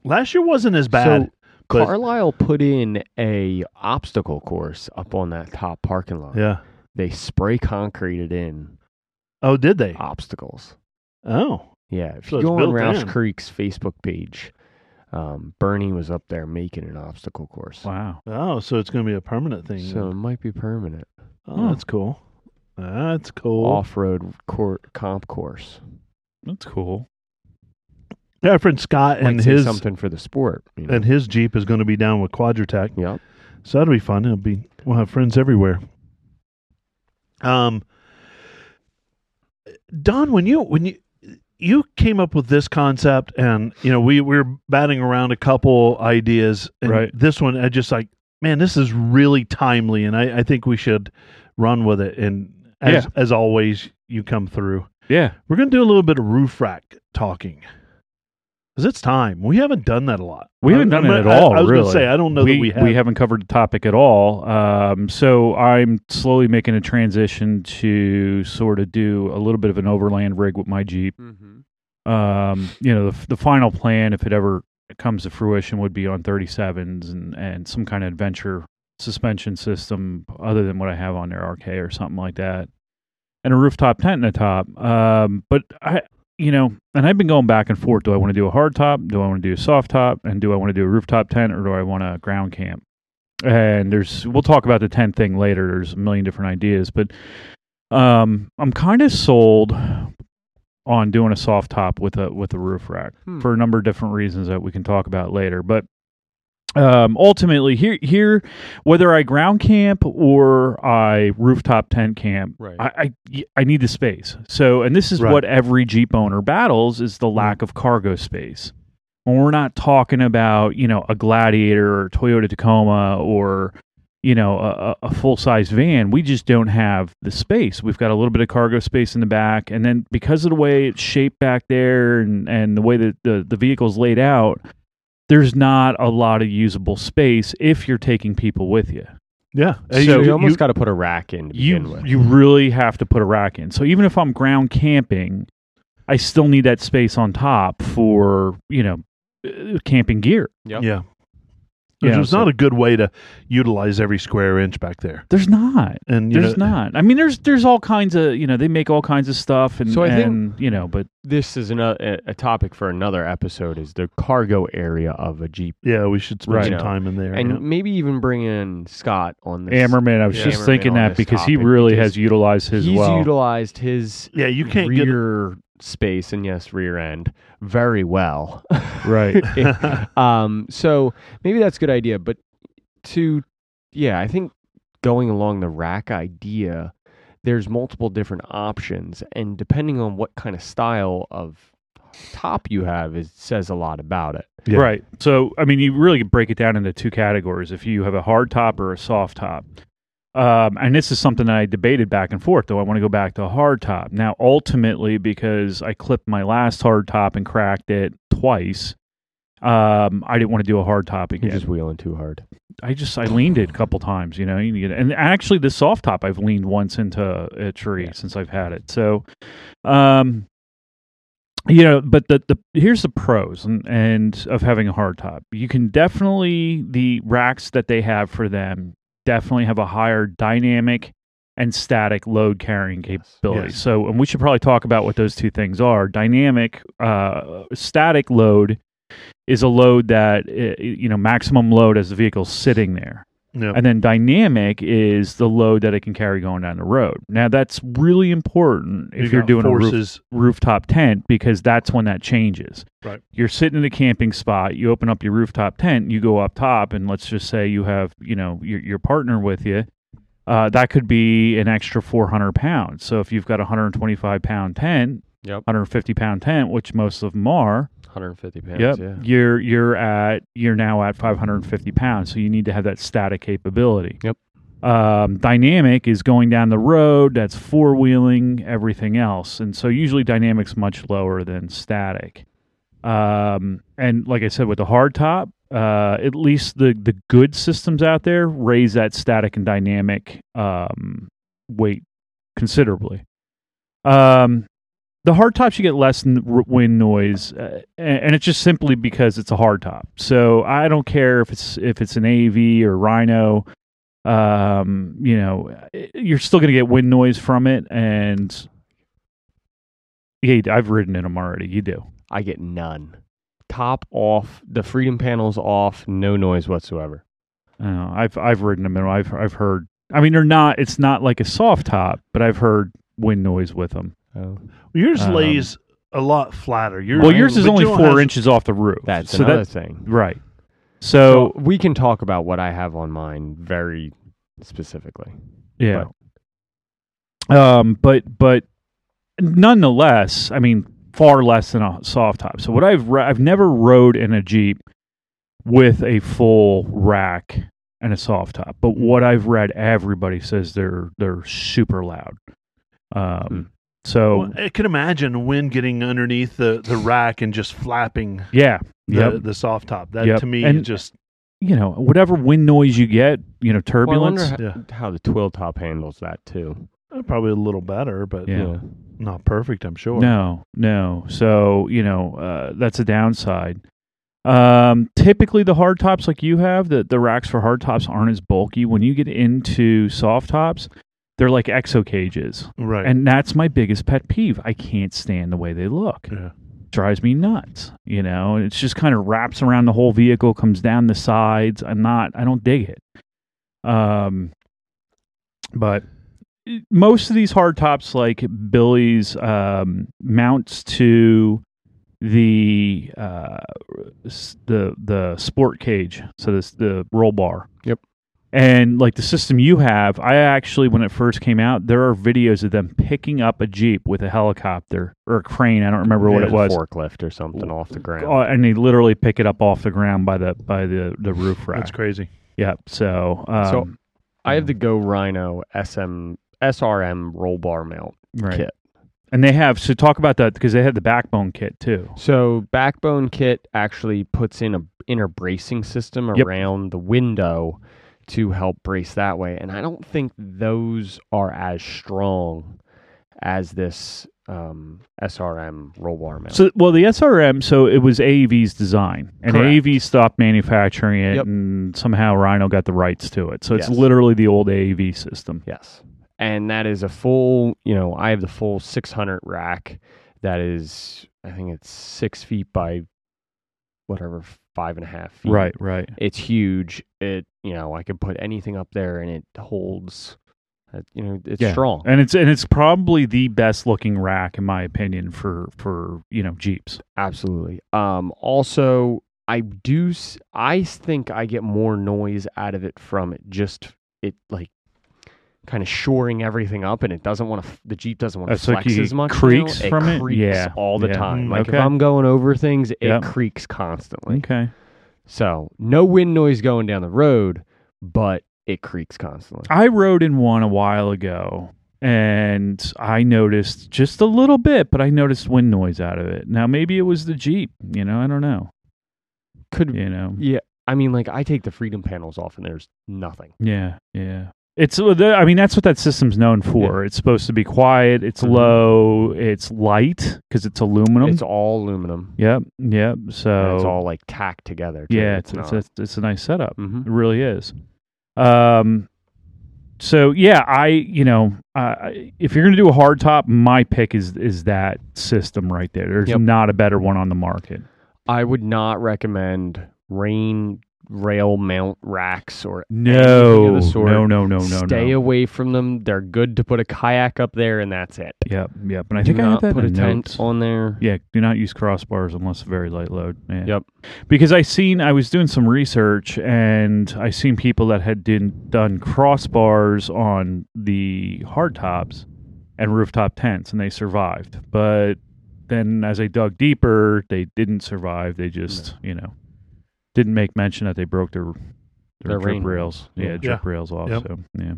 Speaker 1: Last year wasn't as bad.
Speaker 2: So
Speaker 1: but-
Speaker 2: Carlisle put in a obstacle course up on that top parking lot.
Speaker 1: yeah.
Speaker 2: They spray concreted in
Speaker 1: Oh, did they?
Speaker 2: Uh, obstacles.
Speaker 1: Oh,
Speaker 2: Yeah, if
Speaker 1: So
Speaker 2: you
Speaker 1: it's
Speaker 2: go on
Speaker 1: built
Speaker 2: Ralph's
Speaker 1: in.
Speaker 2: Creek's Facebook page, um, Bernie was up there making an obstacle course.
Speaker 3: Wow.
Speaker 1: oh, so it's going to be a permanent thing.
Speaker 2: So it might be permanent
Speaker 1: oh, that's cool. That's cool.
Speaker 2: off-road cor- comp course.
Speaker 3: That's cool.
Speaker 1: Yeah, our friend Scott
Speaker 2: Might
Speaker 1: and
Speaker 2: say
Speaker 1: his
Speaker 2: something for the sport. You know?
Speaker 1: and his Jeep is going to be down with Quadratech.
Speaker 2: yep.
Speaker 1: So that'll be fun. It'll be we'll have friends everywhere. Um, Don, when you when you you came up with this concept, and you know we we were batting around a couple ideas, and
Speaker 3: Right.
Speaker 1: This one, I just like, man, this is really timely, and I I think we should run with it. And as
Speaker 3: Yeah.
Speaker 1: as always, you come through.
Speaker 3: Yeah.
Speaker 1: We're going to do a little bit of roof rack talking. Because it's time. We haven't done that a lot.
Speaker 3: We haven't
Speaker 1: I-
Speaker 3: done it at
Speaker 1: I-
Speaker 3: all,
Speaker 1: I, was
Speaker 3: really.
Speaker 1: to say, I don't know that we have.
Speaker 3: not covered the topic at all. Um, so I'm slowly making a transition to sort of do a little bit of an overland rig with my Jeep.
Speaker 2: Mm-hmm.
Speaker 3: Um, you know, the, the final plan, if it ever comes to fruition, would be on 37s and, and some kind of adventure suspension system other than what I have on their RK or something like that, and a rooftop tent in the top. Um, but I, you know, and I've been going back and forth. Do I want to do a hard top? Do I want to do a soft top? And do I want to do a rooftop tent or do I want a ground camp? And there's, we'll talk about the tent thing later. There's a million different ideas, but um, I'm kind of sold on doing a soft top with a with a roof rack
Speaker 2: Hmm.
Speaker 3: for a number of different reasons that we can talk about later. But um, ultimately, here here, whether I ground camp or I rooftop tent camp,
Speaker 2: Right.
Speaker 3: I, I I need the space. So, and this is
Speaker 1: Right.
Speaker 3: what every Jeep owner battles is the lack of cargo space. When we're not talking about you know a Gladiator or Toyota Tacoma or you know a, a full size van, we just don't have the space. We've got a little bit of cargo space in the back, and then because of the way it's shaped back there and and the way that the the vehicle's laid out. There's not a lot of usable space if you're taking people with you
Speaker 1: yeah.
Speaker 3: So
Speaker 1: You-
Speaker 2: So you,
Speaker 1: you-
Speaker 2: almost got to put a rack in to begin
Speaker 3: you
Speaker 2: with.
Speaker 3: you really have to put a rack in. So even if I'm ground camping, I still need that space on top for you know uh, camping gear.
Speaker 2: Yep.
Speaker 1: Yeah. Which
Speaker 3: Yeah,
Speaker 1: was
Speaker 3: so-
Speaker 1: not a good way to utilize every square inch back there.
Speaker 3: There's not.
Speaker 1: And you
Speaker 3: There's
Speaker 1: know,
Speaker 3: not. I mean, there's there's all kinds of you know they make all kinds of stuff and
Speaker 2: So I think-
Speaker 3: and, you know, but
Speaker 2: this is another a topic for another episode is the cargo area of a Jeep,
Speaker 1: yeah, we should spend
Speaker 3: Right.
Speaker 1: some
Speaker 2: You know,
Speaker 1: time in there.
Speaker 2: and
Speaker 1: yeah.
Speaker 2: maybe even bring in Scott on this.
Speaker 3: Ammerman, I was
Speaker 1: Yeah.
Speaker 3: just
Speaker 2: Ammerman
Speaker 3: thinking
Speaker 2: on
Speaker 3: that
Speaker 2: this
Speaker 3: because he
Speaker 2: topic
Speaker 3: really
Speaker 2: because
Speaker 3: has utilized his
Speaker 2: He's
Speaker 3: well.
Speaker 2: utilized his
Speaker 1: yeah, you can't
Speaker 2: rear space and yes, rear end very well.
Speaker 3: right.
Speaker 1: get
Speaker 2: um, so maybe that's a good idea, but to yeah, I think going along the rack idea, there's multiple different options, and depending on what kind of style of top you have, it says a lot about it.
Speaker 1: Yeah.
Speaker 3: Right. So, I mean, you really could break it down into two categories if you have a hard top or a soft top. Um, and this is something that I debated back and forth, though. I want to go back to a hard top. Now, ultimately, because I clipped my last hard top and cracked it twice, um, I didn't want to do a hard top
Speaker 2: You're
Speaker 3: again.
Speaker 2: just wheeling too hard.
Speaker 3: I just, I leaned it a couple times, you know. You need- And actually, the soft top, I've leaned once into a tree
Speaker 2: Yeah.
Speaker 3: since I've had it. So, um, you know but the, the here's the pros and, and of having a hard top you can definitely the racks that they have for them definitely have a higher dynamic and static load carrying capability
Speaker 1: Yes.
Speaker 3: so and we should probably talk about what those two things are dynamic uh, static load is a load that uh, you know maximum load as the vehicle's sitting there
Speaker 1: Yeah.
Speaker 3: And then dynamic is the load that it can carry going down the road. Now that's really important
Speaker 1: You
Speaker 3: if you are
Speaker 1: got
Speaker 3: doing a roof,
Speaker 1: forces,
Speaker 3: rooftop tent because that's when that changes.
Speaker 1: Right.
Speaker 3: You're sitting in a camping spot, you open up your rooftop tent, you go up top and let's just say you have, you know, your your partner with you. Uh, that could be an extra 400 pounds. So if you've got a 125 pound tent,
Speaker 2: Yep.
Speaker 3: 150 pound tent, which most of them are,
Speaker 2: 150 pounds.
Speaker 3: Yep.
Speaker 2: Yeah.
Speaker 3: You're you're at you're now at 550 pounds, so you need to have that static capability.
Speaker 2: Yep.
Speaker 3: Um, dynamic is going down the road. That's four wheeling, everything else, and so usually dynamics much lower than static. Um, and like I said, with the hard top, uh, at least the the good systems out there raise that static and dynamic um, weight considerably. Um, the hard tops you get less n- r- wind noise, uh, and, and it's just simply because it's a hard top. So I don't care if it's if it's an AV or Rhino, um, you know, i- you're still going to get wind noise from it. And yeah, I've ridden in them already. You do.
Speaker 2: I get none. Top off, the freedom panels off, no noise whatsoever.
Speaker 3: Uh, I've I've ridden them and I've I've heard. I mean, they're not. It's not like a soft top, but I've heard wind noise with them.
Speaker 2: Oh,
Speaker 1: yours
Speaker 3: Um,
Speaker 1: lays a lot flatter. Yours,
Speaker 3: Well, yours is
Speaker 1: but
Speaker 3: only
Speaker 1: you don't
Speaker 3: four
Speaker 1: have-
Speaker 3: inches off the roof.
Speaker 2: that's
Speaker 3: so
Speaker 2: another
Speaker 3: that
Speaker 2: thing.
Speaker 3: right.
Speaker 2: So
Speaker 3: So,
Speaker 2: we can talk about what I have on mine very specifically.
Speaker 3: yeah. um but but nonetheless i mean far less than a soft top so what i've ri- i've never rode in a jeep with a full rack and a soft top but what i've read everybody says they're they're super loud um
Speaker 2: Hmm.
Speaker 3: so
Speaker 1: Well, I can imagine wind getting underneath the, the rack and just flapping
Speaker 3: yeah
Speaker 1: the,
Speaker 3: yeah
Speaker 1: the soft top. That
Speaker 3: Yep.
Speaker 1: to me
Speaker 3: And-
Speaker 1: just
Speaker 3: you know whatever wind noise you get you know
Speaker 2: Well, I
Speaker 3: turbulence
Speaker 2: wonder ho- how the twill top handles that too.
Speaker 1: uh, probably a little better, but
Speaker 3: Yeah.
Speaker 1: not perfect. I'm sure.
Speaker 3: No, no. So you know uh, that's a downside. Um, typically, the hard tops like you have, the the racks for hard tops aren't as bulky. When you get into soft tops, they're like exo cages,
Speaker 1: Right.
Speaker 3: and that's my biggest pet peeve. I can't stand the way they look.
Speaker 1: Yeah.
Speaker 3: drives me nuts. You know, it's just kind of wraps around the whole vehicle, comes down the sides. I'm not. I don't dig it. Um, but most of these hard tops like Billy's um, mounts to the uh, s- the the sport cage, so this the roll bar.
Speaker 2: Yep.
Speaker 3: And like the system you have, I actually when it first came out, there are videos of them picking up a jeep with a helicopter or a crane. I don't remember what
Speaker 1: Yeah,
Speaker 3: it was,
Speaker 2: forklift or something off the ground.
Speaker 3: Oh, and they literally pick it up off the ground by the by the the roof rack.
Speaker 1: That's crazy.
Speaker 3: Yep. So um,
Speaker 2: So, I have the Go Rhino SM SRM roll bar mount.
Speaker 3: right.
Speaker 2: kit.
Speaker 3: And they have so talk about that because they had the backbone kit too.
Speaker 2: So backbone kit actually puts in a inner bracing system
Speaker 3: Yep.
Speaker 2: around the window to help brace that way, and I don't think those are as strong as this um, SRM roll bar mount.
Speaker 3: So well, the SRM. So it was AEV's design, and
Speaker 2: Correct.
Speaker 3: AEV stopped manufacturing it,
Speaker 2: Yep.
Speaker 3: and somehow Rhino got the rights to it. So it's
Speaker 2: Yes.
Speaker 3: literally the old AEV system.
Speaker 2: Yes. And that is a full, you know, I have the full 600 rack that is, I think it's six feet by whatever, five and a half feet.
Speaker 3: Right. Right.
Speaker 2: It's huge. It, you know, I could put anything up there and it holds, uh, you know, it's
Speaker 3: Yeah.
Speaker 2: strong.
Speaker 3: And it's and it's probably the best looking rack in my opinion for for you know Jeeps.
Speaker 2: Absolutely. Um, also, I do, s- I think I get more noise out of it from it just, it like, Kind of shoring everything up, and it doesn't want to. The Jeep doesn't want to
Speaker 3: Uh, so
Speaker 2: flex
Speaker 3: it
Speaker 2: as much. you know?
Speaker 3: creaks from it?
Speaker 2: creaks
Speaker 3: Yeah.
Speaker 2: all the
Speaker 3: Yeah.
Speaker 2: time.
Speaker 1: Mm,
Speaker 2: Like
Speaker 3: okay. Mm.
Speaker 2: if I'm going over things, it
Speaker 3: Yep.
Speaker 2: creaks constantly.
Speaker 3: Okay.
Speaker 2: So no wind noise going down the road, but it creaks constantly.
Speaker 3: I rode in one a while ago and I noticed just a little bit, but I noticed wind noise out of it. Now maybe it was the Jeep, you know, I don't know.
Speaker 2: Could
Speaker 3: You know.
Speaker 2: yeah. I mean, like I take the freedom panels off, and there's nothing.
Speaker 3: Yeah, yeah. It's I mean that's what that system's known for. It's supposed to be quiet, it's
Speaker 2: Mhm.
Speaker 3: low, it's light cuz it's aluminum.
Speaker 2: It's all aluminum.
Speaker 3: yep, yep.
Speaker 2: and
Speaker 3: So
Speaker 2: it's all like tacked together. too.
Speaker 3: Yeah,
Speaker 2: it's,
Speaker 3: it's it's,
Speaker 2: not.
Speaker 3: it's it's a nice setup.
Speaker 2: Mhm.
Speaker 3: It really is. Um, so yeah, I you know uh, if you're gonna do a hard top, my pick is is that system right there. There's
Speaker 2: Yep.
Speaker 3: not a better one on the market.
Speaker 2: I would not recommend rain rail mount racks or anything of
Speaker 3: No,
Speaker 2: the sort.
Speaker 3: no, no, no, no,
Speaker 2: Stay
Speaker 3: no.
Speaker 2: away from them. They're good to put a kayak up there, and that's it.
Speaker 3: Yep, yep. And I
Speaker 2: Do
Speaker 3: think I
Speaker 2: not
Speaker 3: had that
Speaker 2: put a
Speaker 3: in
Speaker 2: tent
Speaker 3: notes.
Speaker 2: on there.
Speaker 3: Yeah, do not use crossbars unless very light load. Yeah.
Speaker 2: Yep.
Speaker 3: Because I seen I was doing some research and I seen people that had did, done crossbars on the hardtops and rooftop tents and they survived. But then as I dug deeper, they didn't survive. They just, you know, didn't make mention that they broke their their,
Speaker 2: Their
Speaker 3: drip
Speaker 2: rain
Speaker 3: rails.
Speaker 2: Mm-hmm. Yeah.
Speaker 3: Yeah, drip rails off.
Speaker 1: Yep.
Speaker 3: So yeah.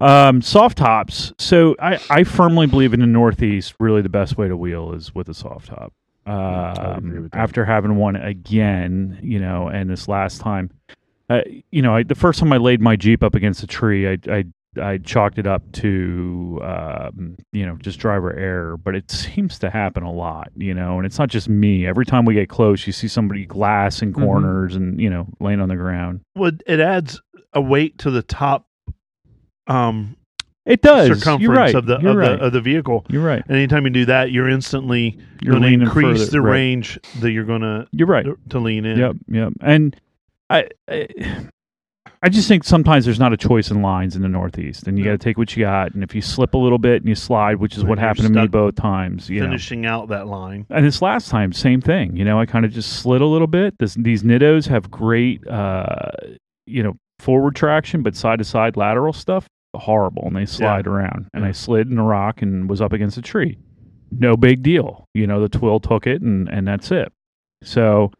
Speaker 3: Um, soft tops. So I, I firmly believe in the Northeast. Really, the best way to wheel is with a soft top.
Speaker 2: Mm, would agree
Speaker 3: Um,
Speaker 2: with that.
Speaker 3: after having one again, you know, and this last time, uh, you know, I, the first time I laid my Jeep up against a tree, I, I, I chalked it up to, um, you know, just driver error. But it seems to happen a lot, you know, and it's not just me. Every time we get close, you see somebody glass in
Speaker 2: Mm-hmm.
Speaker 3: corners and you know laying on the ground.
Speaker 1: Well, it adds a weight to the top um,
Speaker 3: It does.
Speaker 1: circumference
Speaker 3: You're right.
Speaker 1: of the
Speaker 3: You're
Speaker 1: of,
Speaker 3: right.
Speaker 1: the of the vehicle.
Speaker 3: You're right.
Speaker 1: And anytime you do that, you're instantly
Speaker 3: You're
Speaker 1: going to
Speaker 3: leaning
Speaker 1: increase
Speaker 3: further,
Speaker 1: the
Speaker 3: right.
Speaker 1: range that you're going
Speaker 3: You're right.
Speaker 1: to to lean in.
Speaker 3: Yep, yep. And I, I, I just think sometimes there's not a choice in lines in the Northeast, and you
Speaker 1: No.
Speaker 3: got to take what you got. And if you slip a little bit and you slide, which is
Speaker 1: Then
Speaker 3: what
Speaker 1: you're
Speaker 3: happened to me
Speaker 1: stuck
Speaker 3: both times, you know.
Speaker 1: Finishing out that line.
Speaker 3: And this last time, same thing. You know, I kind of just slid a little bit. This, these nittos have great, uh, you know, forward traction, but side to side lateral stuff horrible, and they slide around. And
Speaker 1: Yeah.
Speaker 3: I slid in a rock and was up against a tree. No big deal. You know, the twill took it, and and that's it. So,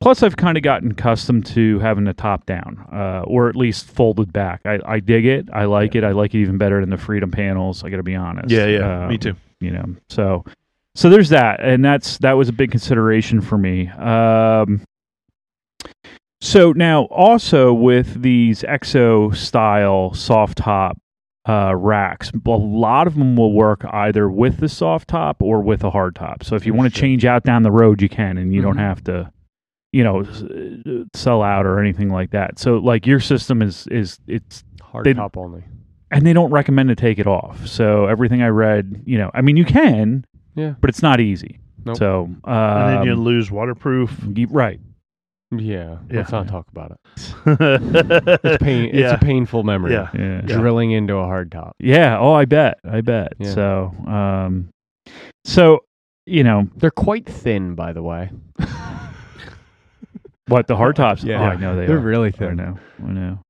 Speaker 3: plus I've kind of gotten accustomed to having the top down, uh, or at least folded back. I, I dig it. I like it. I like it even better than the Freedom panels. I got to be honest.
Speaker 1: Yeah, yeah.
Speaker 3: Um,
Speaker 1: me too.
Speaker 3: you know so so there's that and that's that was a big consideration for me um so now also with these exo style soft top uh, racks a lot of them will work either with the soft top or with a hard top so if you want to
Speaker 1: Sure.
Speaker 3: change out down the road you can and you don't
Speaker 2: Mhm.
Speaker 3: have to you know s- uh, sell out or anything like that so like your system is is it's
Speaker 2: Hard
Speaker 3: They-
Speaker 2: top only.
Speaker 3: and they don't recommend to take it off. So everything I read, you know, I mean, you can,
Speaker 2: Yeah.
Speaker 3: but it's not easy.
Speaker 2: Nope.
Speaker 3: So, um,
Speaker 1: And then you lose waterproof.
Speaker 3: you- right,
Speaker 2: Yeah. Let's
Speaker 1: Yeah.
Speaker 2: not talk about it.
Speaker 1: it's
Speaker 2: It's pain.
Speaker 1: Yeah.
Speaker 2: It's a painful memory.
Speaker 1: yeah.
Speaker 3: yeah, yeah.
Speaker 2: Drilling into a hard top.
Speaker 3: Oh, I bet, I bet.
Speaker 2: Yeah.
Speaker 3: So, um, so you know
Speaker 2: They're quite thin, by the way.
Speaker 3: what the hard tops?
Speaker 2: Yeah.
Speaker 3: oh, I know they
Speaker 2: They're
Speaker 3: are.
Speaker 2: really
Speaker 3: I
Speaker 2: thin.
Speaker 3: know, I know. Um,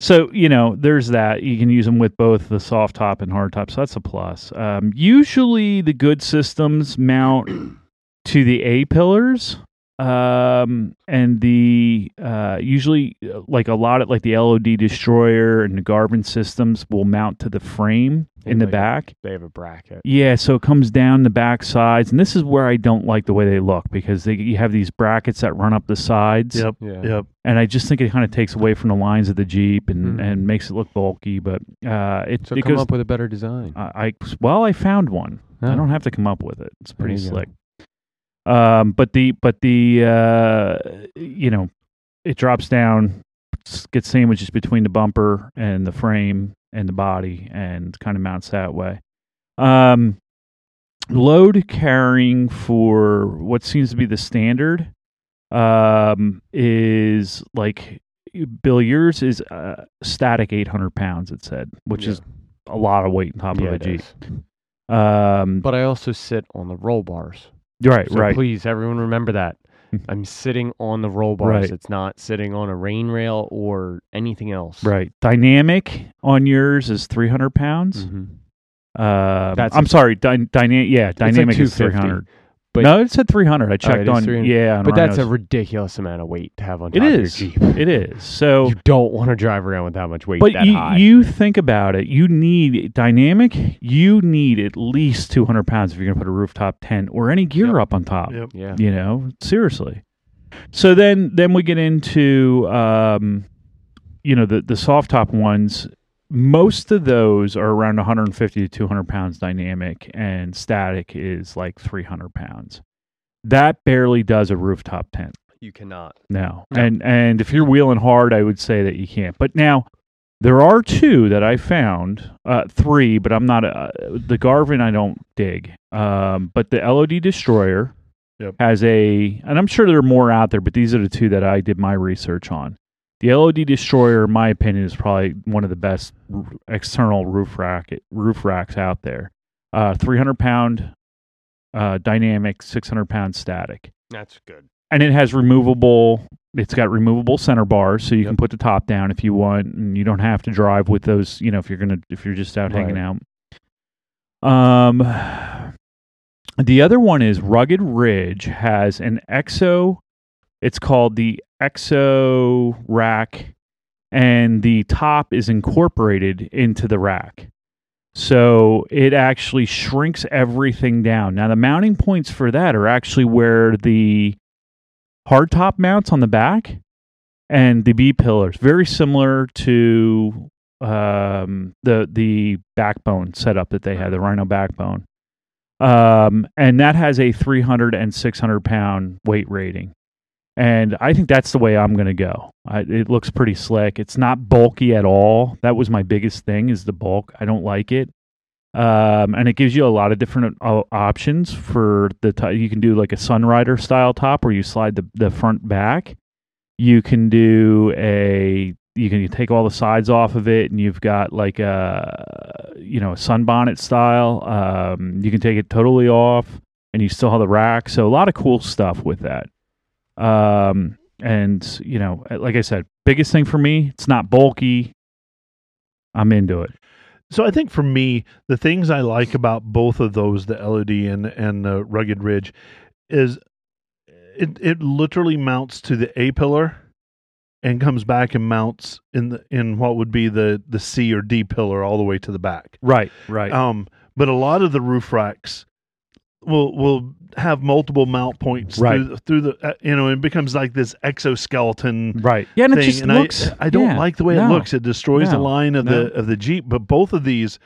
Speaker 3: So you know, there's that. You can use them with both the soft top and hard top. So that's a plus. Um, usually, the good systems mount to the A pillars, um, and the uh, usually uh, like a lot of like the LOD destroyer and the Garvin systems will mount to the frame in the
Speaker 2: Like-
Speaker 3: back.
Speaker 2: They have a bracket.
Speaker 3: Yeah, so it comes down the back sides, and this is where I don't like the way they look because they you have these brackets that run up the sides
Speaker 1: Yep.
Speaker 2: Yeah.
Speaker 1: Yep.
Speaker 3: and I just think it kind of takes away from the lines of the Jeep and,
Speaker 2: Hmm.
Speaker 3: and makes it look bulky. But uh, it,
Speaker 2: So
Speaker 3: it
Speaker 2: come
Speaker 3: goes.
Speaker 2: up with a better design.
Speaker 3: I, I well, I found one. I
Speaker 2: Oh.
Speaker 3: don't have to come up with it. It's pretty
Speaker 2: you go.
Speaker 3: slick. Um, but the but the uh, you know, it drops down, s- gets sandwiches between the bumper and the frame and the body, and kind of mounts that way. Um, load carrying for what seems to be the standard um, is like Bill yours is uh, static 800 pounds. It said, which
Speaker 2: Yeah.
Speaker 3: is a lot of weight on top
Speaker 2: Yeah,
Speaker 3: of a
Speaker 2: it
Speaker 3: Jeep.
Speaker 2: is.
Speaker 3: Um,
Speaker 2: But I also sit on the roll bars.
Speaker 3: right,
Speaker 2: So
Speaker 3: right.
Speaker 2: please, everyone remember that. I'm sitting on the roll bars.
Speaker 3: Right.
Speaker 2: It's not sitting on a rain rail or anything else.
Speaker 3: Right. Dynamic on yours is 300 pounds.
Speaker 2: hmm
Speaker 3: Um,
Speaker 2: That's-
Speaker 3: I'm sorry. Dy- dyna- yeah,
Speaker 2: like
Speaker 3: dynamic is
Speaker 2: 250,
Speaker 3: 300.
Speaker 2: but-
Speaker 3: no, it said 300. I checked
Speaker 2: is
Speaker 3: on.
Speaker 2: 300.
Speaker 3: Yeah, on
Speaker 2: But that's a
Speaker 3: Rhinos.
Speaker 2: ridiculous amount of weight to have on
Speaker 3: It
Speaker 2: top
Speaker 3: is.
Speaker 2: of your Jeep.
Speaker 3: it is. So,
Speaker 2: You don't want to drive around with that much weight
Speaker 3: but
Speaker 2: that
Speaker 3: you,
Speaker 2: high.
Speaker 3: you think about it. You need dynamic. You need at least 200 pounds if you're going to put a rooftop tent or any gear
Speaker 2: Yep.
Speaker 3: up on top.
Speaker 1: Yep.
Speaker 2: yeah.
Speaker 3: you know seriously so then then we get into um you know the the soft top ones most of those are around 150 to 200 pounds dynamic and static is like 300 pounds that barely does a rooftop tent
Speaker 2: You cannot.
Speaker 3: no.
Speaker 2: No.
Speaker 3: And and if you're wheeling hard, I would say that you can't. But now there are two that I found, uh, three, but I'm not uh, the Garvin. I don't dig, um, but the LOD Destroyer
Speaker 1: Yep.
Speaker 3: has a, and I'm sure there are more out there, but these are the two that I did my research on. The LOD Destroyer, in my opinion, is probably one of the best r- external roof rack roof racks out there. Uh, 300 pound uh, dynamic, 600 pound static,
Speaker 2: That's good.
Speaker 3: and it has removable. It's got removable center bars, so you can
Speaker 2: Yep.
Speaker 3: put the top down if you want, and you don't have to drive with those. You know, if you're gonna if you're just out hanging out. Um, the other one is Rugged Ridge has an exo. It's called the exo rack, and the top is incorporated into the rack. So it actually shrinks everything down. Now the mounting points for that are actually where the hard top mounts on the back and the B pillars, very similar to um, the the backbone setup that they had, the Rhino backbone, um, and that has a 300 and 600 pound weight rating. And I think that's the way I'm going to go. I, it looks pretty slick. It's not bulky at all. That was my biggest thing is the bulk. I don't like it. Um, and it gives you a lot of different uh, options for the t- you can do like a Sunrider style top where you slide the, the front back. You can do a you can take all the sides off of it and you've got like a you know a sunbonnet style. Um, you can take it totally off and you still have the rack. So a lot of cool stuff with that. Um, and you know, uh, like I said, biggest thing for me, it's not bulky. I'm into it.
Speaker 1: So I think for me, the things I like about both of those, the LOD and and the Rugged Ridge, is it it literally mounts to the A pillar and comes back and mounts in the in what would be the the C or D pillar all the way to the back.
Speaker 3: Right, right.
Speaker 1: Um, but a lot of the roof racks will will have multiple mount points
Speaker 3: Right.
Speaker 1: through, through the uh, you know it becomes like this exoskeleton
Speaker 3: Right. Yeah, and it
Speaker 1: thing,
Speaker 3: just
Speaker 1: and
Speaker 3: looks.
Speaker 1: I, I don't
Speaker 3: yeah,
Speaker 1: like the way it
Speaker 3: no.
Speaker 1: looks. It destroys the
Speaker 3: No,
Speaker 1: line of
Speaker 3: no.
Speaker 1: the of the Jeep, but both of these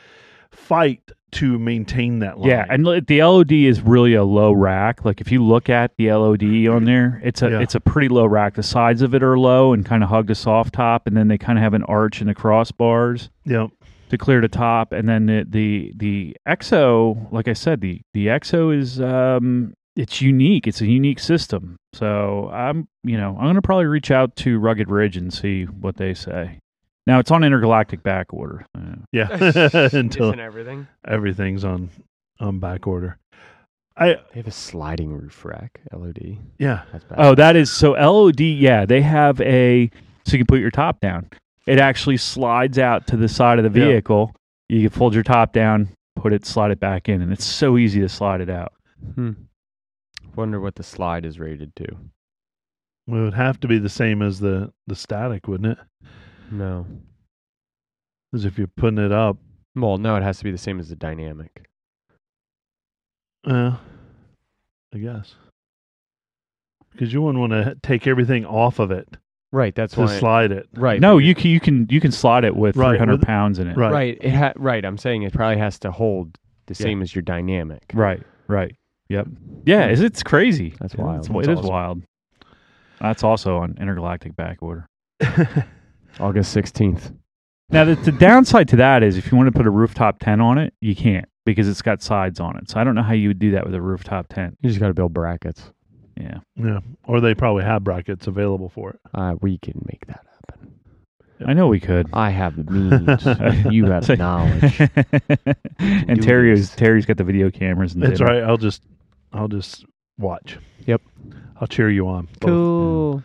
Speaker 1: fight to maintain that line.
Speaker 3: Yeah, and look, the LOD is really a low rack. Like if you look at the LOD on there, it's a
Speaker 1: Yeah.
Speaker 3: it's a pretty low rack. The sides of it are low and kind of hug the soft top, and then they kind of have an arch in the crossbars
Speaker 1: yeah,
Speaker 3: to clear the top, and then the the the EXO, like I said, the the EXO is um it's unique. It's a unique system. So I'm you know I'm gonna probably reach out to Rugged Ridge and see what they say. Now it's on intergalactic back order. Uh,
Speaker 1: yeah, until
Speaker 2: everything.
Speaker 1: everything's on on back order. I
Speaker 2: They have a sliding roof rack. LOD.
Speaker 1: yeah
Speaker 2: That's bad.
Speaker 3: Oh, that is so LOD. Yeah, they have a so you can put your top down. It actually slides out to the side of the
Speaker 1: Yeah.
Speaker 3: vehicle. You can fold your top down, put it, slide it back in, and it's so easy to slide it out.
Speaker 2: Hmm. Wonder what the slide is rated to.
Speaker 1: it would have to be the same as the the static, wouldn't it?
Speaker 2: No.
Speaker 1: Because if you're putting it up,
Speaker 2: Well, no, it has to be the same as the dynamic.
Speaker 1: uh, I guess because you wouldn't want to take everything off of it
Speaker 2: Right. That's
Speaker 1: to slide it.
Speaker 2: right.
Speaker 3: No, you can you can you can slide it with
Speaker 1: Right,
Speaker 3: 300
Speaker 1: with-
Speaker 3: pounds in it.
Speaker 1: Right.
Speaker 2: Right. It ha- right. I'm saying it probably has to hold the
Speaker 1: Yeah.
Speaker 2: same as your dynamic.
Speaker 3: right, right. Yep. Yeah, it's, it's crazy.
Speaker 2: That's
Speaker 3: It's-
Speaker 2: wild.
Speaker 3: It's,
Speaker 2: That's
Speaker 3: it is
Speaker 2: awesome.
Speaker 3: wild. That's also on intergalactic back order.
Speaker 2: August 16th.
Speaker 3: Now, the, the downside to that is if you want to put a rooftop tent on it, you can't because it's got sides on it. So I don't know how you would do that with a rooftop tent.
Speaker 2: You just got to build brackets.
Speaker 3: Yeah.
Speaker 1: Yeah, or they probably have brackets available for it.
Speaker 2: Uh, we can make that happen.
Speaker 3: I know we could.
Speaker 2: I have the means. you have the knowledge.
Speaker 3: and
Speaker 2: do
Speaker 3: Terry
Speaker 2: this.
Speaker 3: is Terry's got the video cameras. And
Speaker 1: That's
Speaker 3: dinner.
Speaker 1: all right. I'll just I'll just watch.
Speaker 2: Yep.
Speaker 1: I'll cheer you on.
Speaker 2: Cool.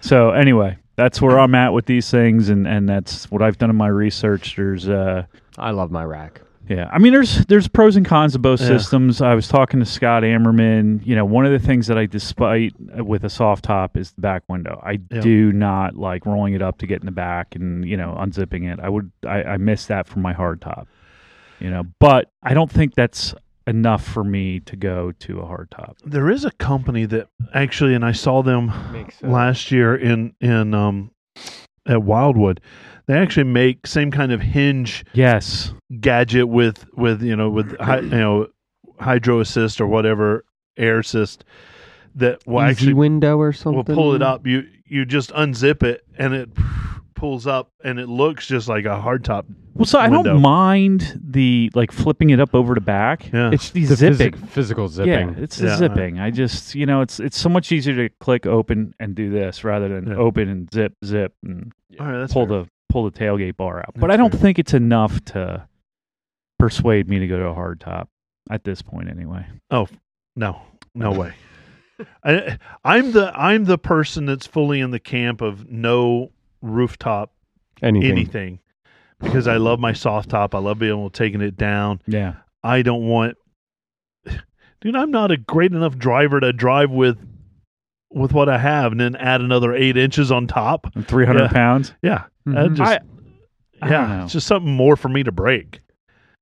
Speaker 3: So anyway, that's where I'm at with these things, and and that's what I've done in my research. There's uh,
Speaker 2: I love my rack.
Speaker 3: Yeah, I mean, there's there's pros and cons to both
Speaker 1: Yeah.
Speaker 3: systems. I was talking to Scott Ammerman. You know, one of the things that I despite uh, with a soft top is the back window. I
Speaker 1: Yeah.
Speaker 3: do not like rolling it up to get in the back and you know unzipping it. I would I, I miss that from my hard top. You know, but I don't think that's enough for me to go to a hard top.
Speaker 1: There is a company that actually, and I saw them
Speaker 2: Makes
Speaker 1: last year in in um at Wildwood. They actually make same kind of hinge
Speaker 3: Yes,
Speaker 1: gadget with with you know with hy- you know hydro assist or whatever air assist that will
Speaker 2: Easy
Speaker 1: actually
Speaker 2: window or something.
Speaker 1: will pull it up. You you just unzip it and it pulls up and it looks just like a hard top.
Speaker 3: Well, so I
Speaker 1: Window.
Speaker 3: don't mind the like flipping it up over to back.
Speaker 1: Yeah.
Speaker 3: It's the,
Speaker 2: Uh, the
Speaker 3: zipping.
Speaker 2: physic- physical
Speaker 3: Yeah,
Speaker 2: zipping.
Speaker 3: it's the
Speaker 1: Yeah.
Speaker 3: zipping. I just, you know, it's it's so much easier to click open and do this rather than
Speaker 1: Yeah.
Speaker 3: open and zip, zip, and
Speaker 1: All right, that's
Speaker 3: pull
Speaker 1: fair.
Speaker 3: the pull the tailgate bar out. But
Speaker 1: That's
Speaker 3: I don't
Speaker 1: fair.
Speaker 3: think it's enough to persuade me to go to a hard top at this point, anyway.
Speaker 1: Oh, No, no way. I, I'm the I'm the person that's fully in the camp of no rooftop
Speaker 2: Anything.
Speaker 1: anything because I love my soft top. I love being able to taking it down.
Speaker 3: Yeah,
Speaker 1: I don't want, dude. I'm not a great enough driver to drive with with what I have and then add another eight inches on top.
Speaker 3: three hundred
Speaker 1: Yeah.
Speaker 3: pounds.
Speaker 1: Yeah,
Speaker 3: Mhm.
Speaker 1: just-
Speaker 3: I- I don't
Speaker 1: yeah.
Speaker 3: know.
Speaker 1: It's just something more for me to break.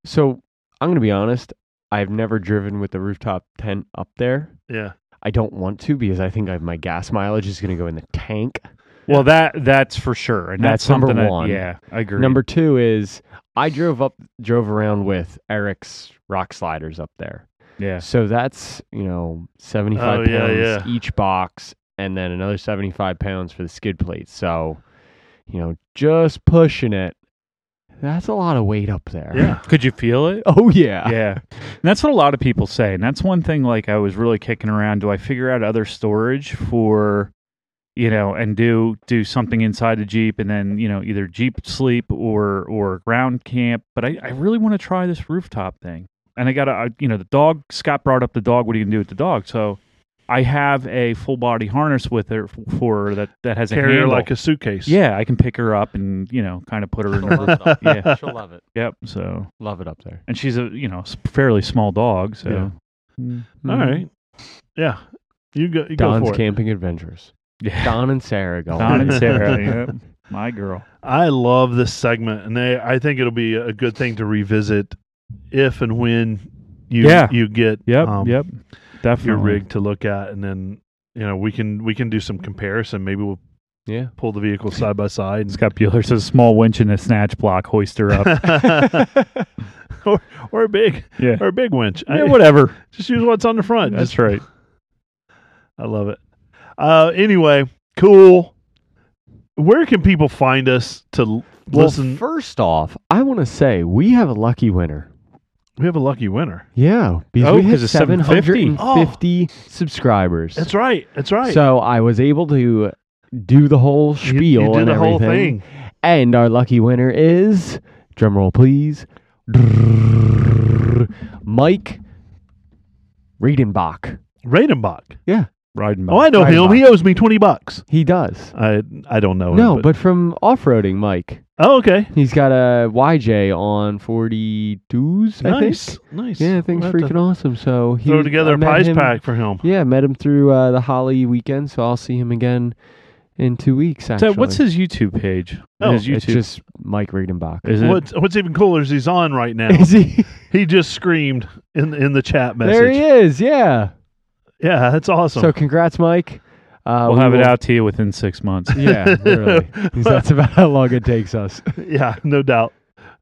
Speaker 2: So I'm going to be honest. I've never driven with the rooftop tent up there.
Speaker 1: Yeah,
Speaker 2: I don't want to because I think I, my gas mileage is going to go in the tank.
Speaker 3: Well, that that's for sure, and that's,
Speaker 2: That's number
Speaker 3: something I-
Speaker 2: one.
Speaker 3: yeah, I agree.
Speaker 2: Number two is I drove up, drove around with Eric's rock sliders up there.
Speaker 3: yeah,
Speaker 2: So that's you know seventy five
Speaker 1: Oh,
Speaker 2: pounds
Speaker 1: yeah, yeah.
Speaker 2: each box, and then another seventy five pounds for the skid plates. So, you know, just pushing it. That's a lot of weight up there.
Speaker 1: yeah.
Speaker 3: could you feel it?
Speaker 2: Oh yeah.
Speaker 3: yeah. And that's what a lot of people say. And that's one thing like I was really kicking around. Do I figure out other storage for you know, and do do something inside the Jeep and then, you know, either Jeep sleep or or ground camp. But I, I really want to try this rooftop thing. And I gotta I, you know, the dog Scott brought up the dog, what are you gonna do with the dog? So I have a full body harness with her f- for her that that has a
Speaker 1: Carry her
Speaker 3: handle.
Speaker 1: like a suitcase.
Speaker 3: yeah, I can pick her up and you know, kind of put her in her. Yeah.
Speaker 2: She'll love it.
Speaker 3: Yep. So,
Speaker 2: Love it up there.
Speaker 3: and she's a you know s- fairly small dog. So,
Speaker 1: Yeah.
Speaker 3: Mm-hmm.
Speaker 1: All right. Yeah. You go. You go
Speaker 2: Don's
Speaker 1: for it.
Speaker 2: camping adventures.
Speaker 3: Yeah.
Speaker 2: Don and Sarah go.
Speaker 3: Don and Sarah. yeah. My girl.
Speaker 1: I love this segment, and they, I think it'll be a good thing to revisit if and when you
Speaker 3: Yeah.
Speaker 1: you get
Speaker 3: Yep.
Speaker 1: um,
Speaker 3: yep. Definitely.
Speaker 1: your rig to look at, and then you know we can we can do some comparison. Maybe we'll
Speaker 2: Yeah.
Speaker 1: pull the vehicles side by side.
Speaker 3: Scott Bueller says small winch and a snatch block, hoist her up.
Speaker 1: And or or a big
Speaker 3: yeah.
Speaker 1: or a big winch. I-
Speaker 3: yeah. Whatever.
Speaker 1: just use what's on the front. Just-
Speaker 3: That's right.
Speaker 1: I love it. Uh, anyway, cool. Where can people find us to l-
Speaker 2: Well,
Speaker 1: listen?
Speaker 2: first off, I want to say we have a lucky winner.
Speaker 1: we have a lucky winner.
Speaker 2: Yeah, because
Speaker 3: Oh,
Speaker 2: we
Speaker 3: 'cause
Speaker 2: hit
Speaker 3: it's
Speaker 2: 750
Speaker 3: 750.
Speaker 2: subscribers.
Speaker 1: Oh. That's right. That's right.
Speaker 2: So I was able to do the whole
Speaker 1: you,
Speaker 2: spiel
Speaker 1: you did
Speaker 2: and
Speaker 1: the
Speaker 2: everything.
Speaker 1: whole thing.
Speaker 2: And our lucky winner is drumroll please. Mike Redenbach.
Speaker 1: Redenbach.
Speaker 2: Yeah,
Speaker 3: Riding
Speaker 1: Oh, I
Speaker 3: by.
Speaker 1: know him.
Speaker 2: Redenbach.
Speaker 1: He owes me twenty bucks.
Speaker 2: he does.
Speaker 1: I I don't know.
Speaker 2: No,
Speaker 1: him,
Speaker 2: but, from off-roading, Mike.
Speaker 1: oh, okay.
Speaker 2: He's got a YJ on 42s, I
Speaker 1: nice,
Speaker 2: think.
Speaker 1: nice.
Speaker 2: Yeah, that thing's
Speaker 1: We'll have to
Speaker 2: freaking awesome. So he
Speaker 1: Throw together
Speaker 2: I
Speaker 1: a
Speaker 2: met
Speaker 1: prize
Speaker 2: him-
Speaker 1: pack for him.
Speaker 2: Yeah, met him through uh, the Holly weekend, so I'll see him again in two weeks. Actually,
Speaker 3: So what's his YouTube page?
Speaker 1: Oh,
Speaker 3: his YouTube.
Speaker 2: It's just Mike Redenbach.
Speaker 3: is it?
Speaker 1: What's What's even cooler is he's on right now.
Speaker 2: Is he?
Speaker 1: he just screamed in in the chat message.
Speaker 2: there he is. Yeah.
Speaker 1: Yeah, that's awesome.
Speaker 2: So congrats, Mike. Uh,
Speaker 3: We'll
Speaker 2: we
Speaker 3: have it
Speaker 2: will-
Speaker 3: out to you within six months.
Speaker 2: Yeah, literally. 'Cause that's about how long it takes us.
Speaker 1: yeah, no doubt.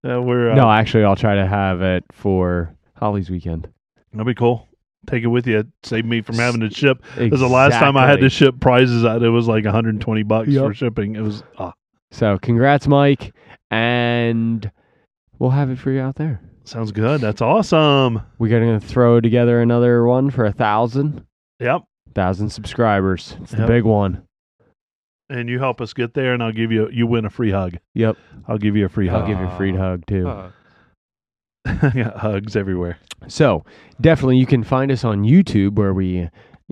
Speaker 1: Uh, we're uh,
Speaker 2: No, actually, I'll try to have it for Holly's weekend.
Speaker 1: that'll be cool. Take it with you. Save me from having to ship. Because the last time I had to
Speaker 2: Exactly.
Speaker 1: ship prizes out, it was like 120 bucks
Speaker 2: Yep.
Speaker 1: for shipping. It was ah.
Speaker 2: So congrats, Mike, and we'll have it for you out there.
Speaker 1: sounds good. That's awesome.
Speaker 2: We're gonna throw together another one for a thousand.
Speaker 1: Yep.
Speaker 2: Thousand subscribers. It's the
Speaker 1: Yep.
Speaker 2: big one.
Speaker 1: And you help us get there, and I'll give you you win a free hug.
Speaker 2: Yep.
Speaker 1: I'll give you a free
Speaker 2: I'll
Speaker 1: hug.
Speaker 2: give you a free
Speaker 3: Aw.
Speaker 2: hug too.
Speaker 1: I got hugs everywhere.
Speaker 2: So definitely, you can find us on YouTube where we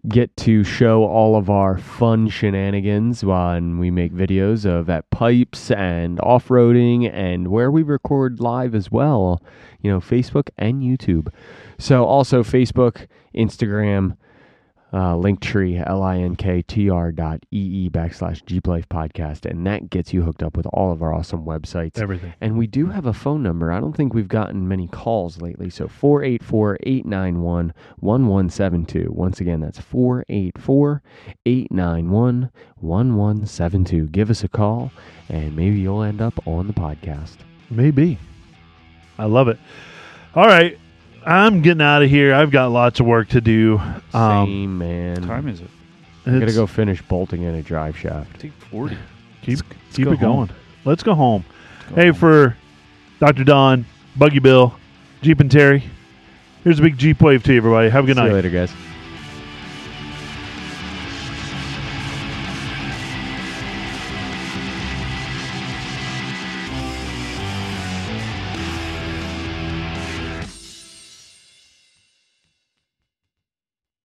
Speaker 2: get to show all of our fun shenanigans when we make videos of at pipes and off-roading and where we record live as well. You know, Facebook and YouTube. So also Facebook, Instagram. Uh, linktree l-i-n-k-t-r dot e-e backslash jeep life podcast and that gets you hooked up with all of our awesome websites
Speaker 1: Everything.
Speaker 2: and we do have a phone number. I don't think we've gotten many calls lately. So 484 891 1172. Once again, that's 484 891 1172. Give us a call, and maybe you'll end up on the podcast.
Speaker 1: Maybe. I love it. All right. I'm getting out of here. I've got lots of work to do. Um,
Speaker 2: Same, man.
Speaker 3: What time is it?
Speaker 2: I'm going to
Speaker 1: it's-
Speaker 2: go finish bolting in a drive shaft.
Speaker 3: Take forty.
Speaker 1: Keep,
Speaker 3: Let's- let's
Speaker 1: keep
Speaker 3: go
Speaker 1: it
Speaker 3: home.
Speaker 1: going. Let's go home. hey, for Dr. Don, Buggy Bill, Jeep and Terry, here's a big Jeep wave to you, everybody. Have a good
Speaker 2: See
Speaker 1: night.
Speaker 2: you later, guys.